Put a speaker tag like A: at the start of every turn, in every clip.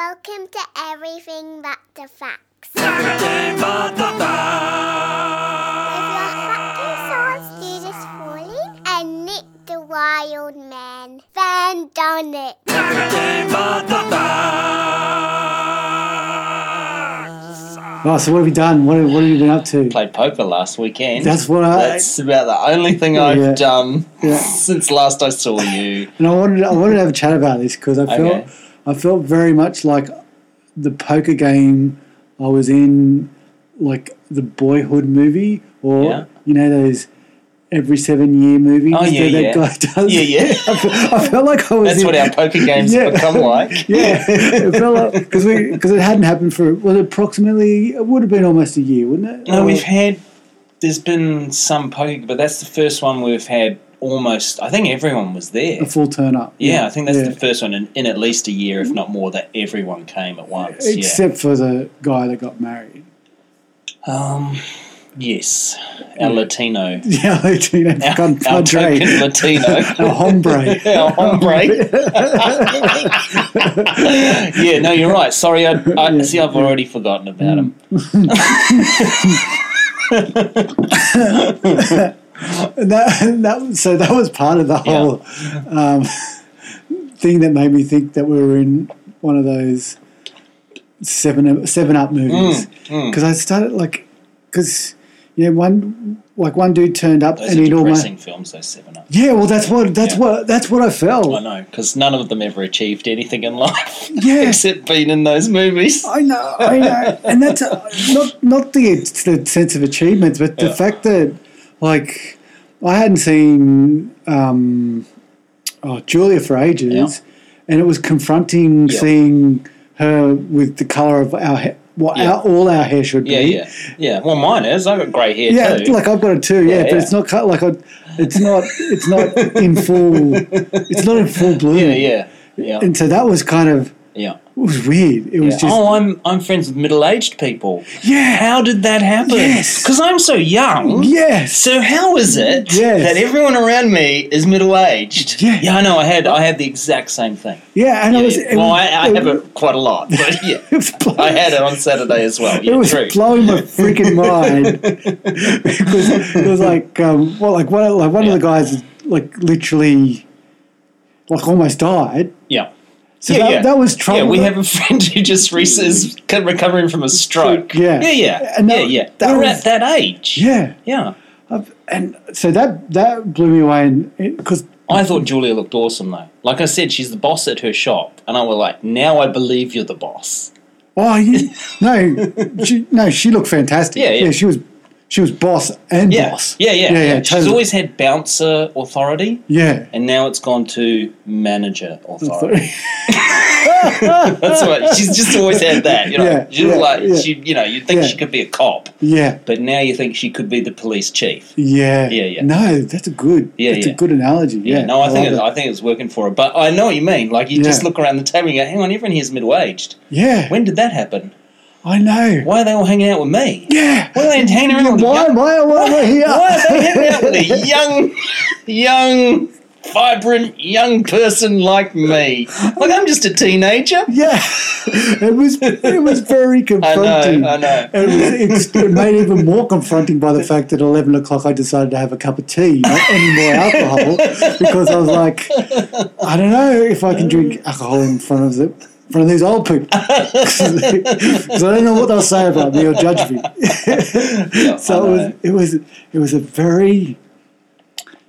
A: Welcome to Everything But the Facts.
B: Everything but the
A: If
B: facts.
A: your fucking science students falling and Nick the Wild Man, then done it.
B: Everything but the facts.
C: Right, Oh, so what have you done? What have, what have you been up to?
D: Played poker last weekend.
C: That's what I.
D: That's about the only thing I've
C: Yeah.
D: done
C: Yeah.
D: since last I saw you.
C: and I wanted I wanted to have a chat about this because I felt
D: Okay.
C: I felt very much like the poker game I was in, like the Boyhood movie, or
D: Yeah.
C: you know those every seven year movies
D: Oh, yeah,
C: that that
D: yeah.
C: guy does.
D: Yeah, yeah.
C: I felt like I was.
D: That's
C: in,
D: what our poker games
C: Yeah.
D: become like.
C: yeah, it felt like because we because it hadn't happened for well approximately it would have been almost a year, wouldn't it?
D: No,
C: Or-
D: we've had. There's been some poker, but that's the first one we've had almost. I think everyone was there.
C: a full turn up.
D: Yeah, I think that's
C: Yeah.
D: the first one in, in at least a year, if not more, that everyone came at once.
C: Except for the guy that got married.
D: yeah. Um, yes, our Latino,
C: Yeah, Latino
D: our,
C: con-
D: our
C: padre.
D: token Latino,
C: Our hombre.
D: our hombre. yeah, no, you're right. Sorry, I, I
C: Yeah. Mm.
D: see. I've already forgotten about him.
C: And that, and that, so that was part of the whole um, thing that made me think that we were in one of those seven seven up movies
D: mm.
C: because I started like because you know one like one dude turned up
D: Those
C: and
D: are
C: he'd almost
D: depressing films. Those seven up.
C: yeah well that's what that's
D: Yeah.
C: what that's what I
D: I
C: felt
D: know, because none of them ever achieved anything in life
C: yeah
D: except being in those movies.
C: I know, I know, and that's uh, not not the the sense of achievement, but the
D: Yeah.
C: fact that like I hadn't seen um, oh, Julia for ages,
D: Yeah.
C: and it was confronting
D: Yeah.
C: seeing her with the color of our hair, what
D: Yeah.
C: our, all our hair should
D: Yeah,
C: be.
D: yeah, yeah. Well, mine is. I've got grey hair
C: Yeah,
D: too.
C: like I've got it too. Yeah,
D: Yeah,
C: but
D: yeah.
C: it's not cut like I, it's not it's not in full it's not in full bloom.
D: yeah, yeah, yeah,
C: And so that was kind of
D: yeah.
C: it was weird. It was
D: Yeah.
C: just
D: oh, I'm I'm friends with middle aged people.
C: yeah,
D: How did that happen?
C: Yes.
D: Because I'm so young.
C: yes.
D: So how is it
C: Yes.
D: that everyone around me is middle aged?
C: Yeah.
D: yeah, I know. I had I had the exact same thing.
C: Yeah, and
D: Yeah,
C: it was.
D: yeah.
C: It
D: well,
C: was,
D: I, I
C: it,
D: have it quite a lot, but yeah,
C: It was blowing,
D: I had it on Saturday as well. Yeah,
C: it was
D: true.
C: blowing my freaking mind because it was like, um, well, like one, like one
D: Yeah.
C: of the guys, like literally, like almost died.
D: yeah.
C: So
D: yeah,
C: that,
D: yeah.
C: that was trouble.
D: Yeah, we have a friend who just re- is c- recovering from a stroke.
C: Yeah.
D: yeah, yeah,
C: And that-
D: yeah, yeah.
C: that
D: We're
C: was-
D: at that age.
C: Yeah,
D: yeah.
C: I've- and so that that blew me away, and because
D: I thought Julia looked awesome though. Like I said, she's the boss at her shop, and I was like, now I believe you're the boss.
C: oh, you, no, she, no, she looked fantastic.
D: Yeah, yeah.
C: she was, she was boss and
D: Yeah,
C: boss.
D: yeah, yeah.
C: yeah, yeah.
D: She's
C: totally.
D: always had bouncer authority,
C: yeah.
D: and now it's gone to manager authority. That's what she's just always had that. You know,
C: Yeah,
D: She was
C: yeah,
D: like
C: yeah.
D: she, you know, you think
C: Yeah.
D: she could be a cop,
C: yeah.
D: but now you think she could be the police chief.
C: Yeah.
D: Yeah, yeah.
C: No, that's a good.
D: Yeah,
C: that's a
D: yeah.
C: good analogy. Yeah.
D: Yeah, no, I, think
C: love
D: it, I think it's working for her. But I know what you mean. Like you just
C: Yeah.
D: look around the table and go, "Hang on, everyone here's middle aged.
C: yeah.
D: When did that happen?
C: I know.
D: Why are they all hanging out with me?
C: Yeah.
D: Why are they hanging around with
C: Why?
D: young-
C: Why? Why am I here?
D: Why are they hanging out with a young, young, vibrant young person like me? Like I'm just a teenager.
C: Yeah. It was. It was very
D: I
C: confronting.
D: know, I know.
C: It was ex- it made even more confronting by the fact that at eleven o'clock I decided to have a cup of tea, not any more alcohol, because I was like, I don't know if I can drink alcohol in front of the in front of these old people, because I don't know what they'll say about me or judge me.
D: Yeah, I
C: so
D: know.
C: it was it was it was a very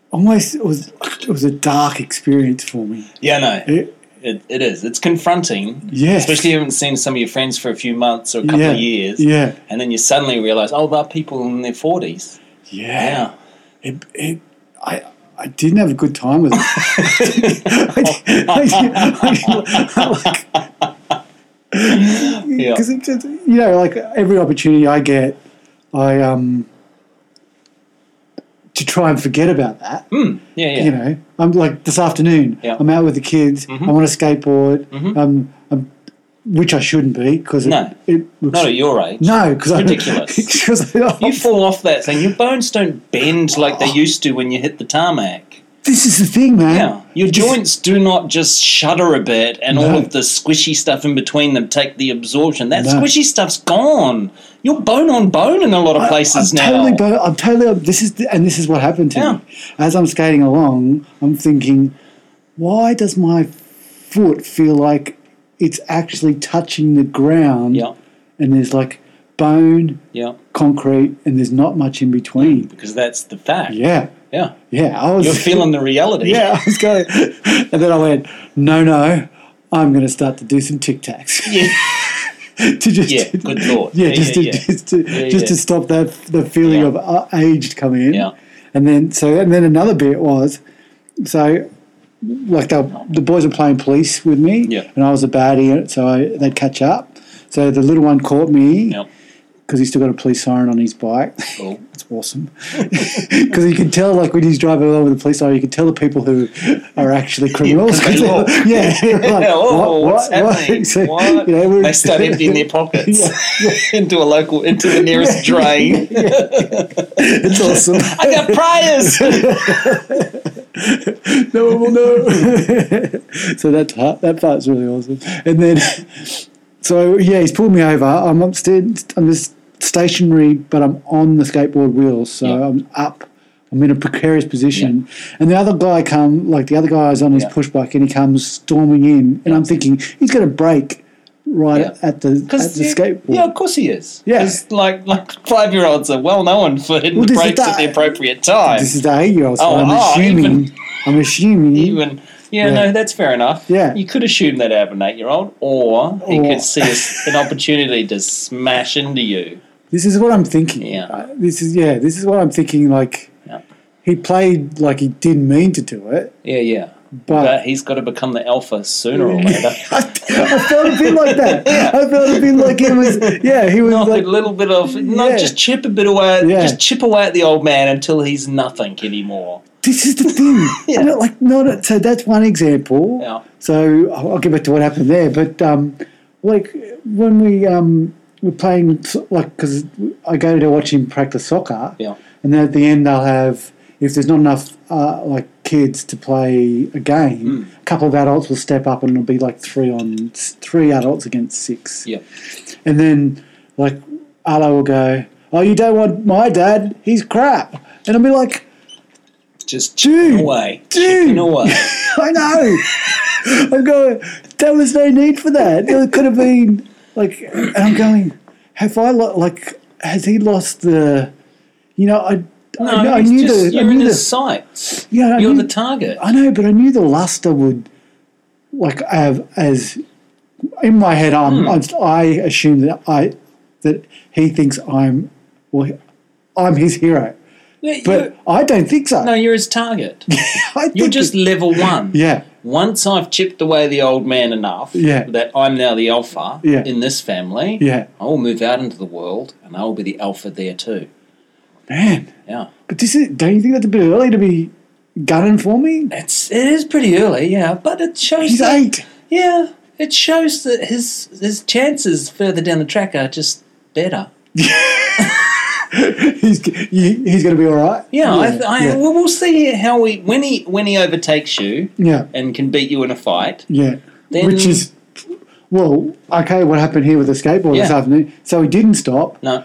C: almost it was it was a dark experience for me.
D: yeah, no.
C: It,
D: It, it is. It's confronting.
C: Yes.
D: Especially if you haven't seen some of your friends for a few months or a couple
C: yeah,
D: of years.
C: Yeah,
D: And then you suddenly realise, oh, there are people in their 40s.
C: yeah.
D: Yeah.
C: It, it, I I didn't have a good time with it. I, did- I, did- I, like,
D: Yeah.
C: Because it just, you know, like every opportunity I get, I um to try and forget about that.
D: Hmm. Yeah, yeah.
C: you know i'm like this afternoon
D: Yeah. Mm-hmm.
C: i'm out with the kids i'm on a skateboard um, um, which i shouldn't be because it,
D: No.
C: it looks
D: Not at your age.
C: no because i
D: Ridiculous.
C: because I, oh,
D: You fall off that thing. Your bones don't bend like they used to when you hit the tarmac.
C: This is the thing, man.
D: Yeah, your joints do not just shudder a bit, and all
C: No.
D: of the squishy stuff in between them take the absorption. That
C: No.
D: squishy stuff's gone. You're bone on bone in a lot of places
C: I'm
D: now.
C: Totally, but I'm totally. This is the, and this is what happened to me. As I'm skating along, I'm thinking, why does my foot feel like it's actually touching the ground?
D: yeah,
C: And there's like bone,
D: yeah,
C: concrete, and there's not much in between.
D: because that's the fact.
C: Yeah,
D: yeah.
C: yeah. I was
D: You're feeling the reality.
C: Yeah, I was going, and then I went, no, no, I'm going to start to do some tic tacs.
D: Yeah.
C: to just,
D: Yeah, good lord.
C: Yeah,
D: Yeah,
C: just
D: yeah,
C: to,
D: yeah.
C: just to,
D: Yeah,
C: just
D: yeah.
C: to stop that the feeling
D: Yeah.
C: of uh, aged coming in.
D: Yeah.
C: And then so and then another bit was, so like they were, the boys were playing police with me,
D: Yeah.
C: and I was a baddie, in it, so I, they'd catch up. So the little one caught me
D: Yeah.
C: because he's still got a police siren on his bike.
D: Cool.
C: It's awesome because you can tell, like when he's driving along with the police, siren, you can tell the people who are actually criminals.
D: 'cause they look.
C: yeah, they're like,
D: oh,
C: "What,
D: what's
C: what, what?"
D: happening?
C: So,
D: What?
C: you know, we're-
D: they start emptying their pockets
C: Yeah,
D: into a local, into the nearest drain.
C: it's awesome.
D: I got priors.
C: no one will know. so that part, that part's really awesome. And then, so yeah, he's pulled me over. I'm upstairs. I'm just stationary, but I'm on the skateboard wheels, so
D: Yeah.
C: I'm up. I'm in a precarious position, and the other guy come like the other guy is on his
D: Yeah.
C: push bike, and he comes storming in, and I'm thinking he's going to break right
D: Yeah.
C: at the at the
D: you-
C: skateboard.
D: Yeah, of course he is.
C: Yeah.
D: 'Cause, like like five year olds are well known for hitting
C: Well,
D: the
C: this is
D: brakes at
C: the-
D: the appropriate time.
C: This is the eight year old, so
D: Oh,
C: I'm
D: oh,
C: assuming.
D: even-
C: I'm assuming.
D: Even yeah,
C: Yeah.
D: no, that's fair enough.
C: Yeah.
D: you could assume that out of an eight year old, or he
C: Or-
D: could see a s an opportunity to smash into you.
C: This is what I'm thinking.
D: Yeah.
C: Uh, This is yeah. This is what I'm thinking. Like
D: Yeah.
C: he played like he didn't mean to do it,
D: Yeah, yeah. But
C: but
D: he's got to become the alpha sooner or later.
C: I, I felt a bit like that. I felt a bit like it was. Yeah, he was
D: Knock
C: like
D: a little bit of, no,
C: Yeah.
D: just chip a bit away,
C: Yeah.
D: just chip away at the old man until he's nothing anymore.
C: this is the thing.
D: Yeah.
C: I don't, like not so that's one example.
D: Yeah.
C: So I'll I'll get back to what happened there, but um, like when we um we're playing so- like because I go to watch him practice soccer.
D: Yeah.
C: And then at the end, they'll have if there's not enough uh, like kids to play a
D: Hmm.
C: game, a couple of adults will step up and it'll be like three on three adults against six.
D: Yeah,
C: And then, like, Arlo will go, Oh, you don't want my dad? He's crap. And I'll be like,
D: just chipping
C: Dude.
D: away,
C: Dude.
D: chipping away.
C: I know. I'm going, There was no need for that. There could have been, like, and I'm going, Have I, lo- like, has he lost the, you know, I,
D: No,
C: I, I
D: it's
C: knew
D: just,
C: the, I
D: you're in
C: knew
D: his
C: the,
D: sights.
C: yeah, I
D: You're
C: knew,
D: the target.
C: I know, but I knew the luster would, like, have as in my head. I'm,
D: Hmm.
C: I'm- I assume that I that he thinks I'm, well, I'm his hero,
D: Yeah,
C: but
D: you're-
C: I don't think so.
D: no, you're his target.
C: I
D: You're
C: think
D: just
C: it-
D: level one.
C: yeah,
D: Once I've chipped away the old man enough
C: Yeah.
D: that I'm now the alpha
C: Yeah.
D: in this family,
C: Yeah.
D: I will move out into the world and I will be the alpha there too.
C: man.
D: Yeah.
C: But this is. Don't you think that's a bit early to be gunning for me?
D: It's it is pretty early, yeah, but it shows
C: He's
D: that,
C: eight.
D: yeah, it shows that his his chances further down the track are just better.
C: He's you- he's going to be all right.
D: Yeah, I, th- I,
C: yeah,
D: Well, we'll see how he when he when he overtakes you
C: yeah,
D: and can beat you in a fight.
C: yeah.
D: Then-
C: Which is. Well, okay, what happened here with the skateboard this
D: Yeah.
C: afternoon? So he didn't stop.
D: No,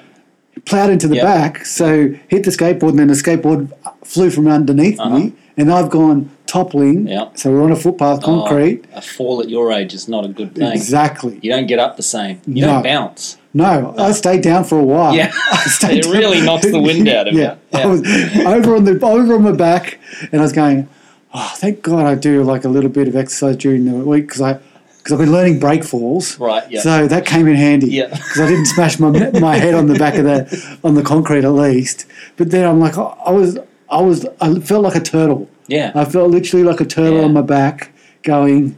C: plowed into the
D: Yeah.
C: back, so hit the skateboard, and then the skateboard flew from underneath
D: Uh-huh.
C: me, and I've gone toppling.
D: Yeah.
C: So we're on a footpath, concrete.
D: Oh, a fall at your age is not a good thing.
C: Exactly.
D: You don't get up the same. You
C: No.
D: don't bounce.
C: No, I stayed down for a while.
D: Yeah.
C: I stayed
D: It really knocks the wind out of
C: yeah.
D: you.
C: I was over on the over on my back, and I was going, oh, thank God I do like a little bit of exercise during the week because I. Because I've been learning break falls,
D: Right, yeah.
C: So that came in handy,
D: Yeah.
C: Because I didn't smash my my head on the back of the on the concrete at least. But then I'm like, I was I was I felt like a turtle.
D: Yeah.
C: I felt literally like a turtle
D: Yeah.
C: on my back, going,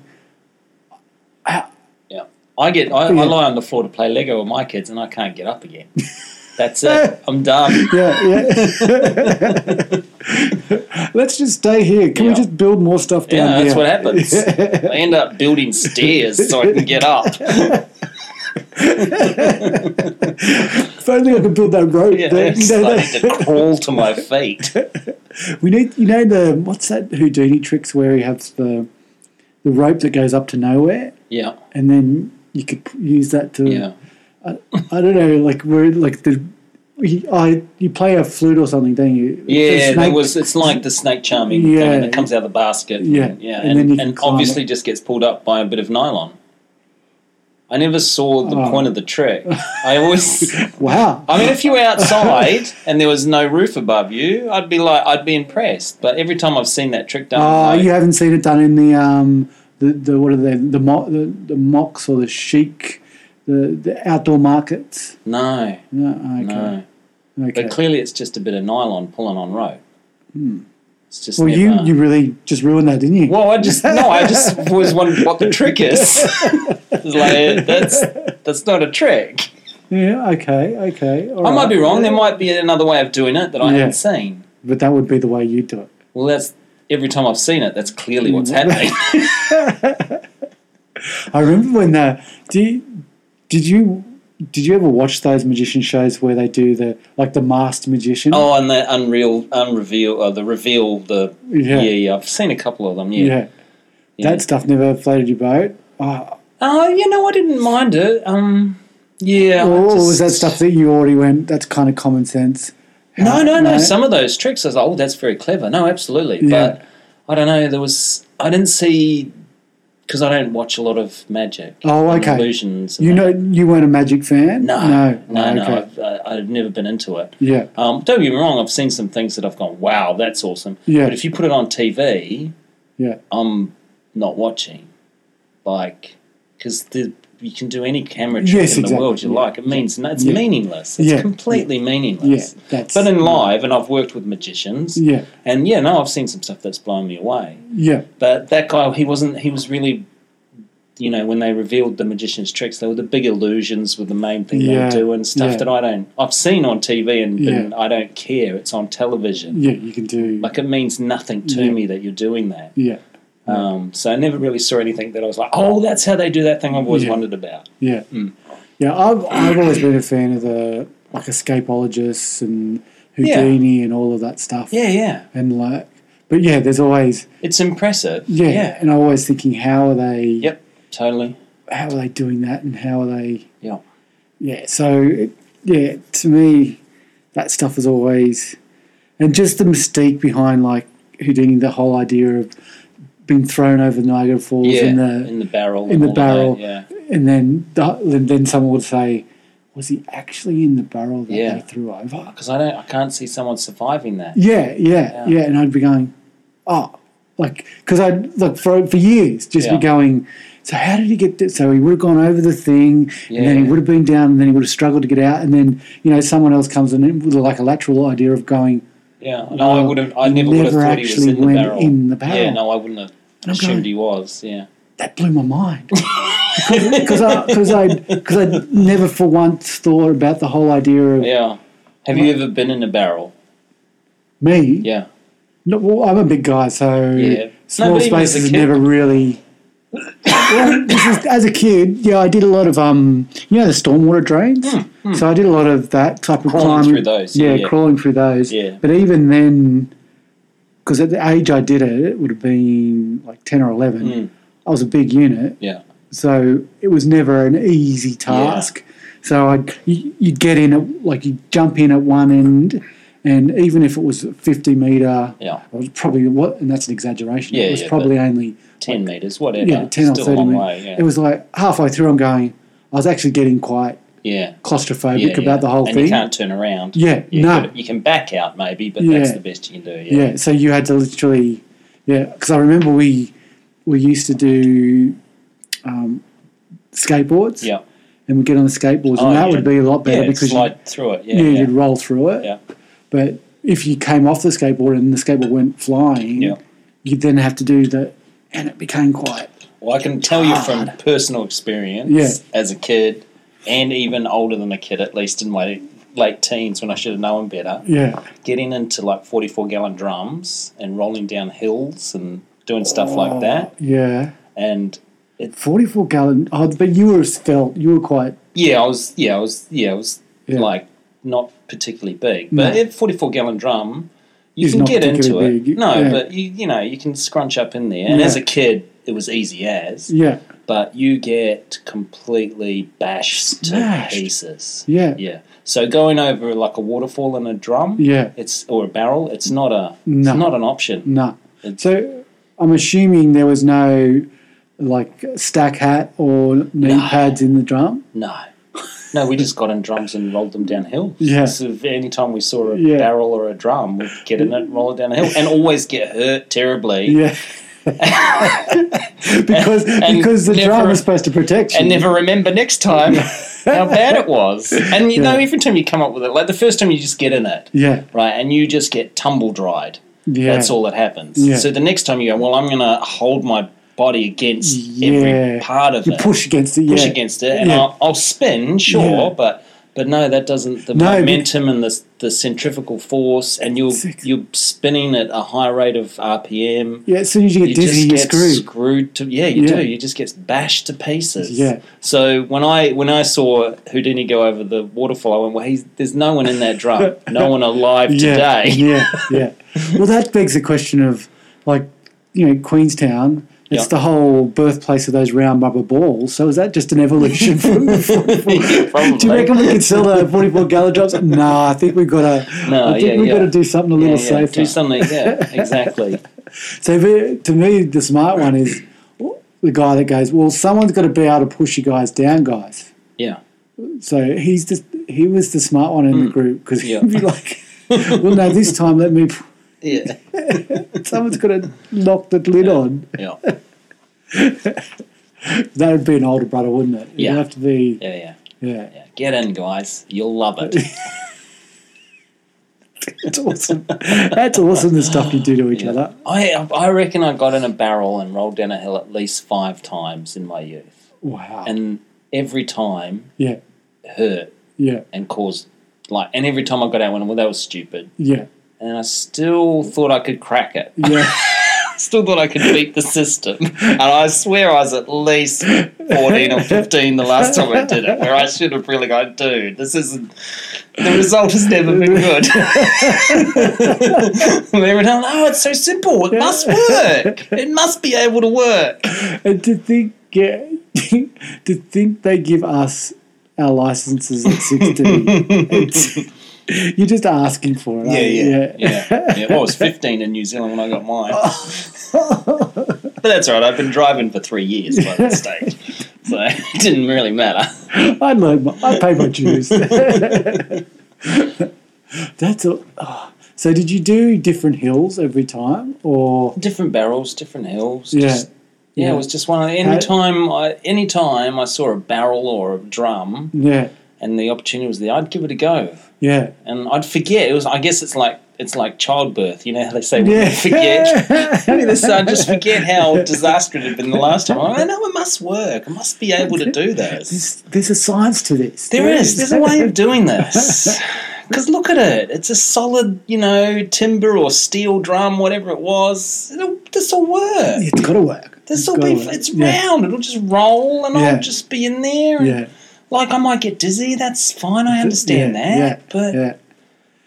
D: Yeah. I get I,
C: Yeah.
D: I lie on the floor to play Lego with my kids and I can't get up again. That's it. I'm done.
C: yeah, yeah. Let's just stay here. Can
D: Yeah.
C: we just build more stuff down
D: Yeah,
C: here?
D: that's what happens. I end up building stairs so I can get up.
C: If only I could build that rope.
D: Yeah,
C: that-
D: it's
C: that-
D: like I need to crawl to my feet.
C: We need, you know, the what's that Houdini tricks where he has the the rope that goes up to nowhere,
D: Yeah,
C: and then you could p- use that to.
D: yeah.
C: I don't know, like where like the. You, I, you play a flute or something, don't you? The
D: Yeah, there
C: snake-
D: was. It's like the snake charming
C: Yeah.
D: thing that comes out of the basket.
C: Yeah,
D: yeah,
C: and
D: and,
C: then you
D: and,
C: can climb
D: obviously just gets pulled up by a bit of nylon. I never saw the
C: Oh.
D: point of the trick. I always.
C: Wow.
D: I mean, if you were outside and there was no roof above you, I'd be like, I'd be impressed. But every time I've seen that trick done,
C: Oh,
D: I'm like,
C: you haven't seen it done in the um the, the what are they the mo- the, the mocks or the chic, the the outdoor markets.
D: no,
C: No, okay,
D: no.
C: okay. Hmm.
D: But clearly, it's just a bit of nylon pulling on rope. It's just
C: well,
D: never,
C: you you really just ruined that, didn't you?
D: Well, I just no, I just always wondered what the trick is. it's like that's that's not a trick.
C: Yeah. Okay. Okay. all
D: I might
C: right.
D: be wrong. There might be another way of doing it that I
C: Yeah.
D: haven't seen.
C: But that would be the way you do it.
D: Well, that's every time I've seen it. That's clearly what's
C: Hmm.
D: happening.
C: I remember when the do you, did you did you ever watch those magician shows where they do the like the masked magician?
D: oh, and the unreal, unreveal, uh, the reveal, the
C: Yeah.
D: yeah. yeah, I've seen a couple of them. Yeah.
C: yeah.
D: yeah.
C: That stuff never floated your boat. Oh,
D: Oh, you know, I didn't mind it. Um, yeah. I
C: or was
D: just-
C: that stuff that you already went? That's kind of common sense.
D: No, no, no.
C: No?
D: Some of those tricks, I was like, oh, that's very clever. No, absolutely.
C: Yeah.
D: But I don't know. There was, I didn't see, because I don't watch a lot of magic.
C: Oh,
D: and
C: okay.
D: Illusions. and
C: You
D: that.
C: know, you weren't a magic fan.
D: No,
C: no,
D: no, no.
C: okay.
D: I've, I, I've never been into it.
C: Yeah,
D: Um, don't get me wrong. I've seen some things that I've gone, wow, that's awesome.
C: Yeah.
D: But if you put it on TV,
C: yeah,
D: I'm not watching. Like, because you can do any camera trick
C: Yes,
D: in
C: exactly,
D: the world you
C: yeah,
D: like. It means no, it's
C: yeah.
D: meaningless. It's
C: Yeah,
D: completely
C: yeah.
D: meaningless.
C: That's
D: But in live, and I've worked with magicians,
C: yeah,
D: and yeah, no, I've seen some stuff that's blown me away.
C: yeah,
D: But that guy, he wasn't. He was really, you know, when they revealed the magician's tricks, they were the big illusions with the main thing
C: Yeah,
D: they do and stuff
C: yeah.
D: that I don't. I've seen on TV and been,
C: Yeah.
D: I don't care. It's on television.
C: yeah. You can do.
D: Like it means nothing to
C: Yeah.
D: me that you're doing that.
C: yeah,
D: Um, so I never really saw anything that I was like, oh, that's how they do that thing I've always
C: Yeah.
D: wondered about.
C: yeah,
D: Hmm.
C: yeah. I've I've always been a fan of the like escapologists and
D: Yeah.
C: Houdini and all of that stuff.
D: Yeah, yeah.
C: and like, but yeah, there's always
D: It's impressive.
C: yeah,
D: yeah.
C: and I'm always thinking how are they?
D: Yep. Totally.
C: How are they doing that? And how are they?
D: Yeah.
C: Yeah. So it, yeah, to me, that stuff is always, and just the mystique behind like Houdini, the whole idea of being thrown over Niagara Falls
D: Yeah.
C: and the
D: barrel.
C: in
D: and
C: the
D: all of
C: barrel.
D: That. Yeah.
C: and then the, and then someone would say, was he actually in the barrel that
D: Yeah.
C: they threw over?
D: Because I don't. I can't see someone surviving that.
C: Yeah, yeah, yeah,
D: Yeah.
C: and I'd be going, oh, like because I'd like for for years just
D: Yeah.
C: be going. So how did he get this? So he would have gone over the thing, and then he
D: Yeah.
C: would have been down, and then he would have struggled to get out, and then you know someone else comes in with like a lateral idea of going.
D: Yeah, no, I
C: Well,
D: would have. I
C: he
D: never, would have
C: never
D: thought he was
C: actually
D: in the,
C: went
D: barrel.
C: in the barrel.
D: Yeah, no, I wouldn't have
C: I'm
D: assumed
C: going-
D: he was. Yeah,
C: That blew my mind because I because I because I never for once thought about the whole idea of
D: yeah. Have you ever been in a barrel?
C: me.
D: Yeah,
C: No, well, I'm a big guy, so
D: Yeah.
C: small
D: No, but even as a
C: spaces
D: kid-
C: never really. well, this is, as a kid, yeah, I did a lot of um, you know, the stormwater drains. So I did a lot of that type of
D: Hmm, Crawling
C: climbing
D: through those,
C: Yeah,
D: yeah, yeah.
C: crawling through those.
D: Yeah.
C: But even then, because at the age I did it, it would have been like ten or eleven.
D: Mm.
C: I was a big unit,
D: yeah,
C: so it was never an easy task. So I, you, you'd get in at like you jump in at one end, and even if it was a fifty meter,
D: yeah.
C: it was probably what, and that's an exaggeration.
D: Yeah,
C: it was
D: yeah,
C: probably only
D: Ten meters, whatever.
C: yeah, ten or
D: Still
C: thirty
D: a long
C: minutes.
D: way. Yeah,
C: It was like halfway through. I'm going. I was actually getting quite
D: yeah.
C: claustrophobic
D: yeah,
C: about
D: yeah.
C: the whole
D: and
C: thing.
D: You can't turn around.
C: Yeah,
D: you
C: no.
D: could- you can back out maybe, but
C: Yeah.
D: that's the best you can do. Yeah,
C: yeah. so you had to literally, yeah, because I remember we we used to do um, skateboards,
D: yeah.
C: and we'd get on the skateboards,
D: Oh,
C: and that
D: yeah.
C: would be a lot better
D: Yeah,
C: because you,
D: slide through it. Yeah,
C: yeah,
D: yeah,
C: you'd roll through it.
D: yeah.
C: But if you came off the skateboard and the skateboard went flying,
D: Yeah.
C: you'd then have to do the, and it became quite
D: Well, I can tell you from personal experience
C: Yeah.
D: as a kid, and even older than a kid, at least in my late teens when I should have known better.
C: yeah.
D: getting into like 44 gallon drums and rolling down hills and doing stuff
C: Oh.
D: like that.
C: Yeah.
D: And
C: 44 gallon. Oh, but you were felt, you were quite.
D: yeah, I was, yeah, I was, yeah, I was
C: Yeah.
D: like not particularly big,
C: No.
D: but a 44 gallon drum, you
C: is
D: can
C: not
D: get into
C: particularly
D: it.
C: big.
D: No,
C: Yeah.
D: but you you know you can scrunch up in there. And
C: Yeah.
D: as a kid, it was easy as.
C: Yeah,
D: But you get completely bashed to
C: Smashed.
D: pieces.
C: yeah,
D: Yeah. So going over like a waterfall in a drum,
C: yeah.
D: it's or a barrel, it's not a
C: No.
D: it's not an option.
C: No.
D: It's-
C: So I'm assuming there was no like stack hat or knee
D: No.
C: pads in the drum.
D: No. No, we just got in drums and rolled them down hills.
C: Yeah.
D: So any time we saw a
C: Yeah.
D: barrel or a drum, we'd get in it, roll it down a hill, and always get hurt terribly.
C: Yeah. because
D: And
C: because the
D: never-
C: drum is supposed to protect you.
D: and never remember next time how bad it was. And you know,
C: Yeah.
D: every time you come up with it, like the first time you just get in it,
C: yeah.
D: right, and you just get tumble dried.
C: Yeah.
D: That's all that happens.
C: Yeah.
D: So the next time you go, well, I'm going to hold my body against
C: Yeah.
D: every part of
C: You
D: it,
C: push against it. Yeah.
D: push against it, and
C: Yeah.
D: I'll, I'll spin, sure,
C: Yeah.
D: but. But no, that doesn't. The
C: No, bec-
D: momentum and the, the centrifugal force, and you're
C: Sick.
D: you're spinning at a high rate of RPM
C: Yeah. As soon as you get dizzy, you're screwed.
D: to yeah, you
C: Yeah.
D: do. You just get bashed to pieces.
C: Yeah.
D: So when I when I saw Houdini go over the waterfall, I went, well, he's there's no one in that drum, no one alive
C: Yeah.
D: today.
C: yeah. Yeah. Well, that begs the question of like, you know, Queenstown. It's
D: Yeah.
C: the whole birthplace of those round rubber balls. So is that just an evolution from
D: Probably.
C: Do you reckon we could sell the 44 gallon drums? No, I think we've got to.
D: No,
C: I think
D: yeah,
C: we've got
D: yeah.
C: to do something a
D: yeah,
C: little
D: yeah,
C: safer.
D: do something. Yeah, exactly.
C: so the- to me, the smart one is the guy that goes, "Well, someone's got to be able to push you guys down, guys."
D: Yeah,
C: So he's just he was the smart one in the group because he'd
D: Mm. Yeah.
C: be like, "Well, no, this time let me.
D: yeah,
C: Someone's got to knock the lid on."
D: yeah,
C: That would be an older brother, wouldn't it? It'd
D: Yeah.
C: have to be.
D: yeah, yeah,
C: Yeah,
D: yeah. Get in, guys. You'll love it.
C: it's awesome. That's awesome. The stuff you do to each other.
D: I I reckon I got in a barrel and rolled down a hill at least five times in my youth,
C: Wow.
D: and every time
C: yeah,
D: hurt.
C: yeah,
D: and caused like and every time I got out I went, well that was stupid.
C: yeah,
D: And I still thought I could crack it.
C: yeah.
D: Still thought I could beat the system. And I swear I was at least fourteen or fifteen the last time I did it, where I should have really gone, dude, this isn't the result has never been good. they were down, oh it's so simple, it must work. It must be able to work.
C: And to think, yeah, to think they give us our licenses at sixteen. it's, you're just asking for it. aren't you?
D: yeah. yeah. Well, I was 15 in New Zealand when I got mine. but that's all right. I've been driving for three years by that stage. So it didn't really matter.
C: I learned. My, I paid my dues. That's all. oh. So, did you do different hills every time, or
D: Different barrels, different hills.
C: Yeah.
D: Just, yeah,
C: Yeah.
D: it was just one of the.
C: How-
D: Any time I, any time I saw a barrel or a drum
C: yeah,
D: and the opportunity was there, I'd give it a go.
C: yeah,
D: And I'd forget. It was. I guess it's like. It's like childbirth, you know how they say
C: yeah?
D: yeah. forget. I mean, this, I just forget how disastrous it had been the last time. I know it must work. I must be able to do this.
C: There's, there's a science to this.
D: There is. There's a way of doing this. Because look at it. It's a solid, you know, timber or steel drum, whatever it was. It'll, this will work.
C: It's got to work.
D: This
C: It's
D: will
C: gotta
D: be.
C: work.
D: It's
C: yeah.
D: round. It'll just roll, and
C: Yeah.
D: I'll just be in there. and-
C: Yeah,
D: Like I might get dizzy. That's fine. I understand
C: yeah,
D: that.
C: yeah,
D: but
C: yeah,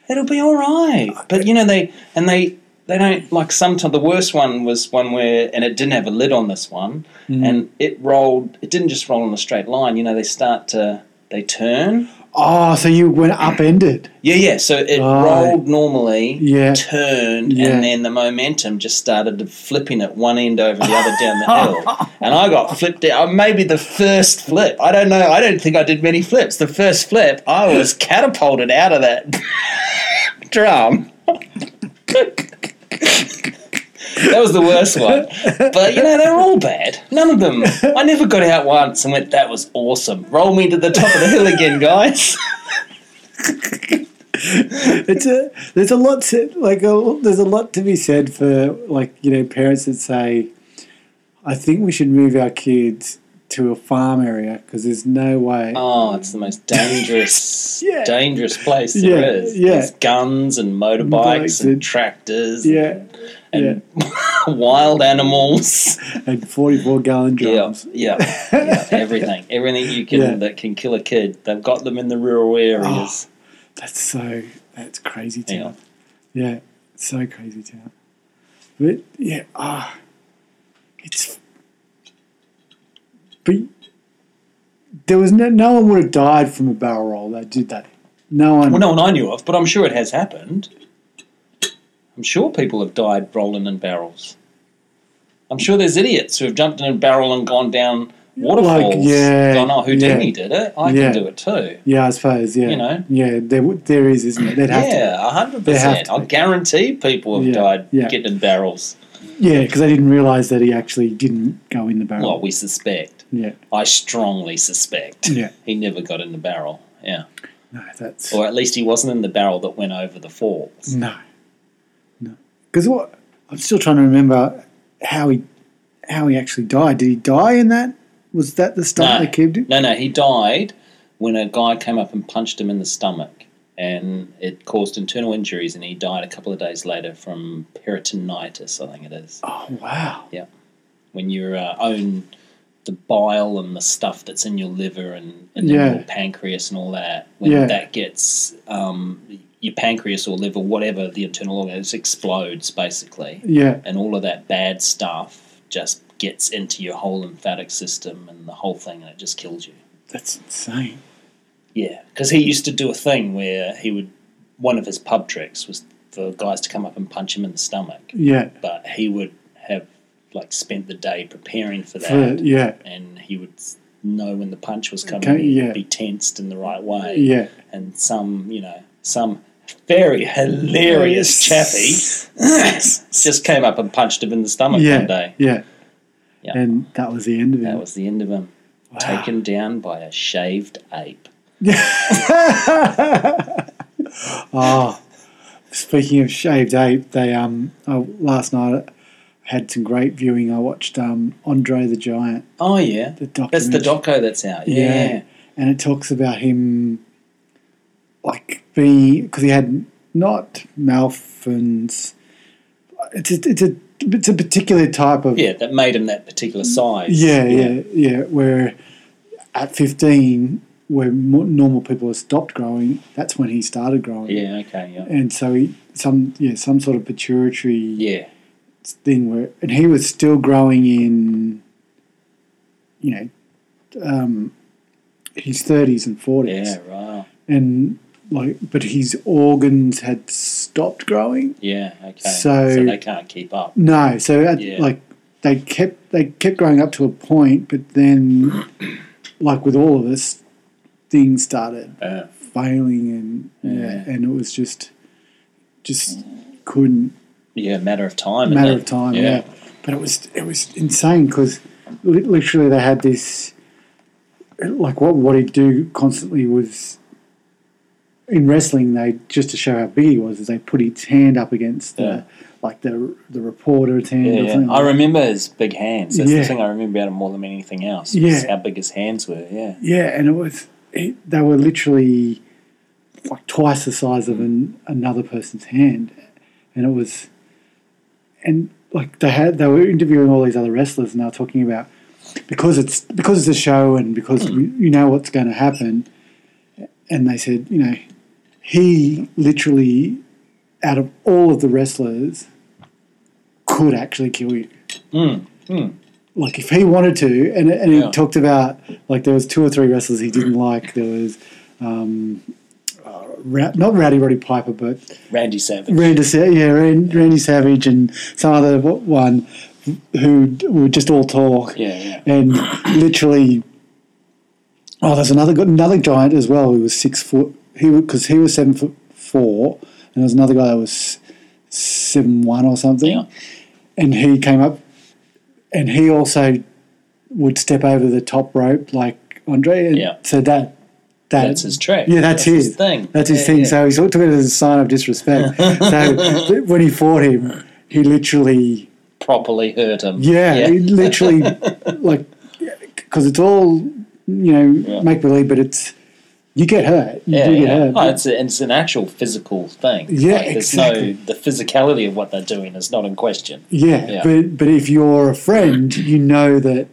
D: it'll be all right. But you know they and they they don't like sometimes the worst one was one where and it didn't have a lid on this one
C: Mm.
D: and it rolled. It didn't just roll in a straight line. You know they start to they turn.
C: oh, so you went upended.
D: Yeah, yeah. So it
C: Right.
D: rolled normally,
C: Yeah.
D: turned,
C: Yeah.
D: and then the momentum just started flipping at one end over the other down the hill. And I got flipped out. Maybe the first flip. I don't know. I don't think I did many flips. The first flip, I was catapulted out of that drum. that was the worst one. But you know, they were all bad. None of them. I never got out once and went, that was awesome. Roll me to the top of the hill again, guys.
C: it's a there's a lot to, like a, there's a lot to be said for like you know parents that say i think we should move our kids to a farm area because there's no way
D: Oh, it's the most dangerous,
C: Yeah.
D: dangerous place
C: Yeah,
D: there is.
C: yeah.
D: There's guns and
C: Bikes
D: motorbikes
C: and-
D: and tractors
C: yeah
D: and wild animals.
C: and 44 gallon
D: Yeah,
C: drums
D: yeah, yeah, everything, everything you can
C: Yeah.
D: that can kill a kid. They've got
C: Oh,
D: them in the rural areas.
C: that's so that's crazy to
D: Yeah.
C: me. yeah So crazy town. But yeah, ah, it's. But there was no, no one would have died from a barrel roll that did that. No one.
D: Well, no one I knew of, but I'm sure it has happened. I'm sure people have died rolling in barrels. I'm sure there's idiots who have jumped in a barrel and gone down waterfalls.
C: yeah,
D: gone, oh, Houdini
C: yeah.
D: did it. I
C: Yeah.
D: can do it too.
C: Yeah, I suppose. Yeah,
D: You know.
C: Yeah, there w- there is, isn't it? They'd have to.
D: Yeah, hundred
C: They have
D: percent.
C: to
D: I guarantee people have
C: Yeah,
D: died
C: yeah.
D: getting in barrels.
C: Yeah, because I didn't realise that he actually didn't go in the barrel.
D: Well, we suspect.
C: yeah,
D: I strongly suspect.
C: Yeah.
D: He never got in the barrel. Yeah.
C: no, that's
D: Or at least he wasn't in the barrel that went over the falls.
C: no, no. Because what I'm still trying to remember how he how he actually died. Did he die in that? Was that the stunt that killed him?
D: No, no, he died when a guy came up and punched him in the stomach, and it caused internal injuries, and he died a couple of days later from peritonitis, I think it is.
C: Oh wow!
D: When your uh, own the bile and the stuff that's in your liver and, and
C: Yeah.
D: in your pancreas and all that, when
C: Yeah.
D: that gets um, your pancreas or liver, whatever the internal organs explodes basically
C: Yeah,
D: and all of that bad stuff just gets into your whole lymphatic system and the whole thing, and it just kills you.
C: that's insane.
D: Yeah, because he used to do a thing where he would one of his pub tricks was for guys to come up and punch him in the stomach,
C: Yeah,
D: but he would have like spent the day preparing for
C: for,
D: that,
C: yeah,
D: and he would s- know when the punch was coming.
C: Okay,
D: he'd
C: yeah.
D: be tensed in the right way,
C: yeah.
D: and some you know some very hilarious chappy just came up and punched him in the stomach
C: Yeah,
D: one day.
C: yeah,
D: Yeah.
C: And that was the end of it.
D: That was the end of him.
C: Wow.
D: Taken down by a shaved ape.
C: oh, speaking of shaved ape, they um oh, last night I had some great viewing. I watched um Andre the Giant,
D: Oh yeah,
C: the documentary.
D: that's the doco that's out. Yeah,
C: Yeah, and it talks about him like being because he had not Malfins. It's a, it's a it's a particular type of
D: Yeah, that made him that particular size.
C: yeah, yeah, yeah. Where at 15, where mo- normal people have stopped growing, that's when he started growing.
D: yeah. Okay, yeah,
C: And so he some yeah some sort of pituitary
D: yeah,
C: thing where and he was still growing in, you know, um, his 30s and 40s.
D: yeah. Right.
C: And like, but his organs had stopped growing.
D: Yeah. Okay.
C: So-
D: they can't keep up.
C: No, so at,
D: Yeah.
C: like they kept they kept growing up to a point, but then, like with all of us, things started
D: Uh,
C: failing, and yeah,
D: Yeah.
C: and it was just just couldn't
D: yeah, matter of time.
C: matter
D: isn't
C: of
D: it?
C: time. Yeah. but it was it was insane because literally they had this like what what he'd do constantly was in wrestling they just to show how big he was is they put his hand up against the
D: Yeah.
C: like the the reporter's hand.
D: Yeah,
C: or
D: yeah.
C: something
D: I
C: like
D: remember his big hands. That's
C: Yeah.
D: the thing I remember about him more than anything else. was
C: Yeah.
D: how big his hands were. Yeah,
C: Yeah, and it was it, they were literally like twice the size of an, another person's hand, and it was, and like they had they were interviewing all these other wrestlers, and they were talking about because it's because it's a show, and because we, you know what's going to happen, and they said you know he literally out of all of the wrestlers could actually kill you like if he wanted to, and and he
D: Yeah.
C: talked about like there was two or three wrestlers he didn't like. There was um, uh, Ra- not Rowdy Roddy Piper, but
D: Randy Savage.
C: Randy, Sa- yeah, Ran- Randy Savage and some other w- one who d- would just all talk.
D: Yeah, yeah.
C: And literally, oh, there's another good, another giant as well who was six foot. He because he was seven foot four, and there was another guy that was seven one or something
D: Yeah.
C: and he came up and he also would step over the top rope like Andre and
D: Yeah.
C: so that that
D: That's his trick.
C: yeah that's,
D: That's his
C: his,
D: thing.
C: that's his
D: Yeah,
C: thing
D: yeah.
C: so he sort of took it as a sign of disrespect so th- when he fought him he literally
D: Properly hurt him.
C: yeah, he literally like because it's all you know make believe but it's you get hurt you
D: Yeah,
C: do get
D: yeah.
C: hurt
D: Oh, it's, a, it's an actual physical thing.
C: Yeah,
D: there's
C: exactly.
D: No, the physicality of what they're doing is not in question.
C: yeah,
D: yeah.
C: but but if you're a friend you know that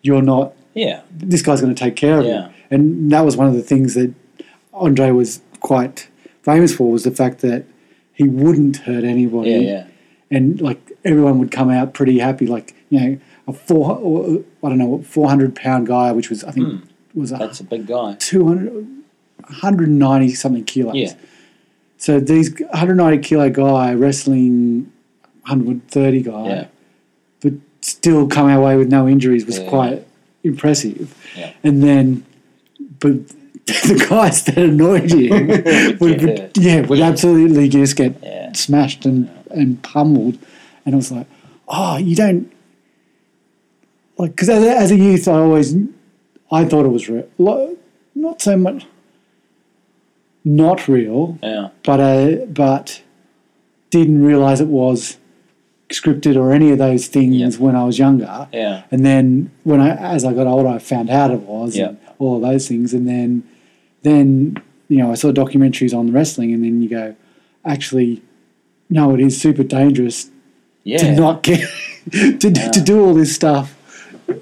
C: you're not
D: Yeah,
C: this guy's going to take care of
D: Yeah.
C: you. And that was one of the things that Andre was quite famous for was the fact that he wouldn't hurt anybody.
D: Yeah, yeah.
C: And like everyone would come out pretty happy. Like you know, a four or, I don't know, four hundred pound guy, which was I think was a
D: Hmm. That's a big guy.
C: 200, 190 something kilos.
D: Yeah.
C: So these 190 kilo guy wrestling 130 guy,
D: Yeah.
C: but still come our way with no injuries was
D: Yeah.
C: quite impressive.
D: Yeah.
C: And then, but the guys that annoyed you would,
D: get
C: would,
D: hurt.
C: yeah, would absolutely just get
D: Yeah.
C: smashed and, and pummeled. And I was like, oh, you don't like because as, a- as a youth, I always I thought it was real, Lo- not so much not real,
D: Yeah.
C: but uh, but didn't realize it was scripted or any of those things
D: Yeah.
C: when I was younger.
D: Yeah.
C: And then when I as I got older, I found out it was and
D: Yeah.
C: all of those things. And then then you know I saw documentaries on wrestling, and then you go, actually, no, it is super dangerous
D: Yeah.
C: to not get to, to do all this stuff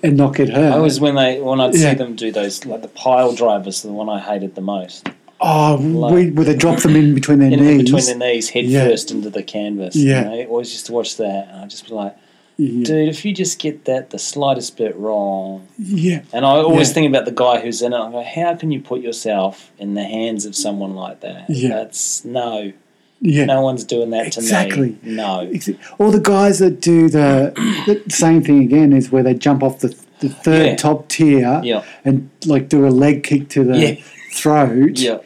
C: and not get hurt.
D: I was when they when I'd see
C: Yeah.
D: them do those like the pile drivers, the one I hated the most.
C: oh, we, where they drop them in between their
D: In
C: knees.
D: between their knees, head
C: Yeah.
D: first into the canvas.
C: Yeah.
D: And I always used to watch that and I just be like,
C: yeah.
D: dude, if you just get that the slightest bit wrong
C: yeah,
D: and I always
C: Yeah.
D: think about the guy who's in it, I go, How can you put yourself in the hands of someone like that?
C: Yeah.
D: That's no.
C: yeah.
D: No one's doing that
C: Exactly.
D: to me. No.
C: Ex- All the guys that do the, the same thing again is where they jump off the, the third
D: Yeah.
C: top tier
D: Yeah.
C: and like do a leg kick to the
D: Yeah.
C: throat,
D: Yeah.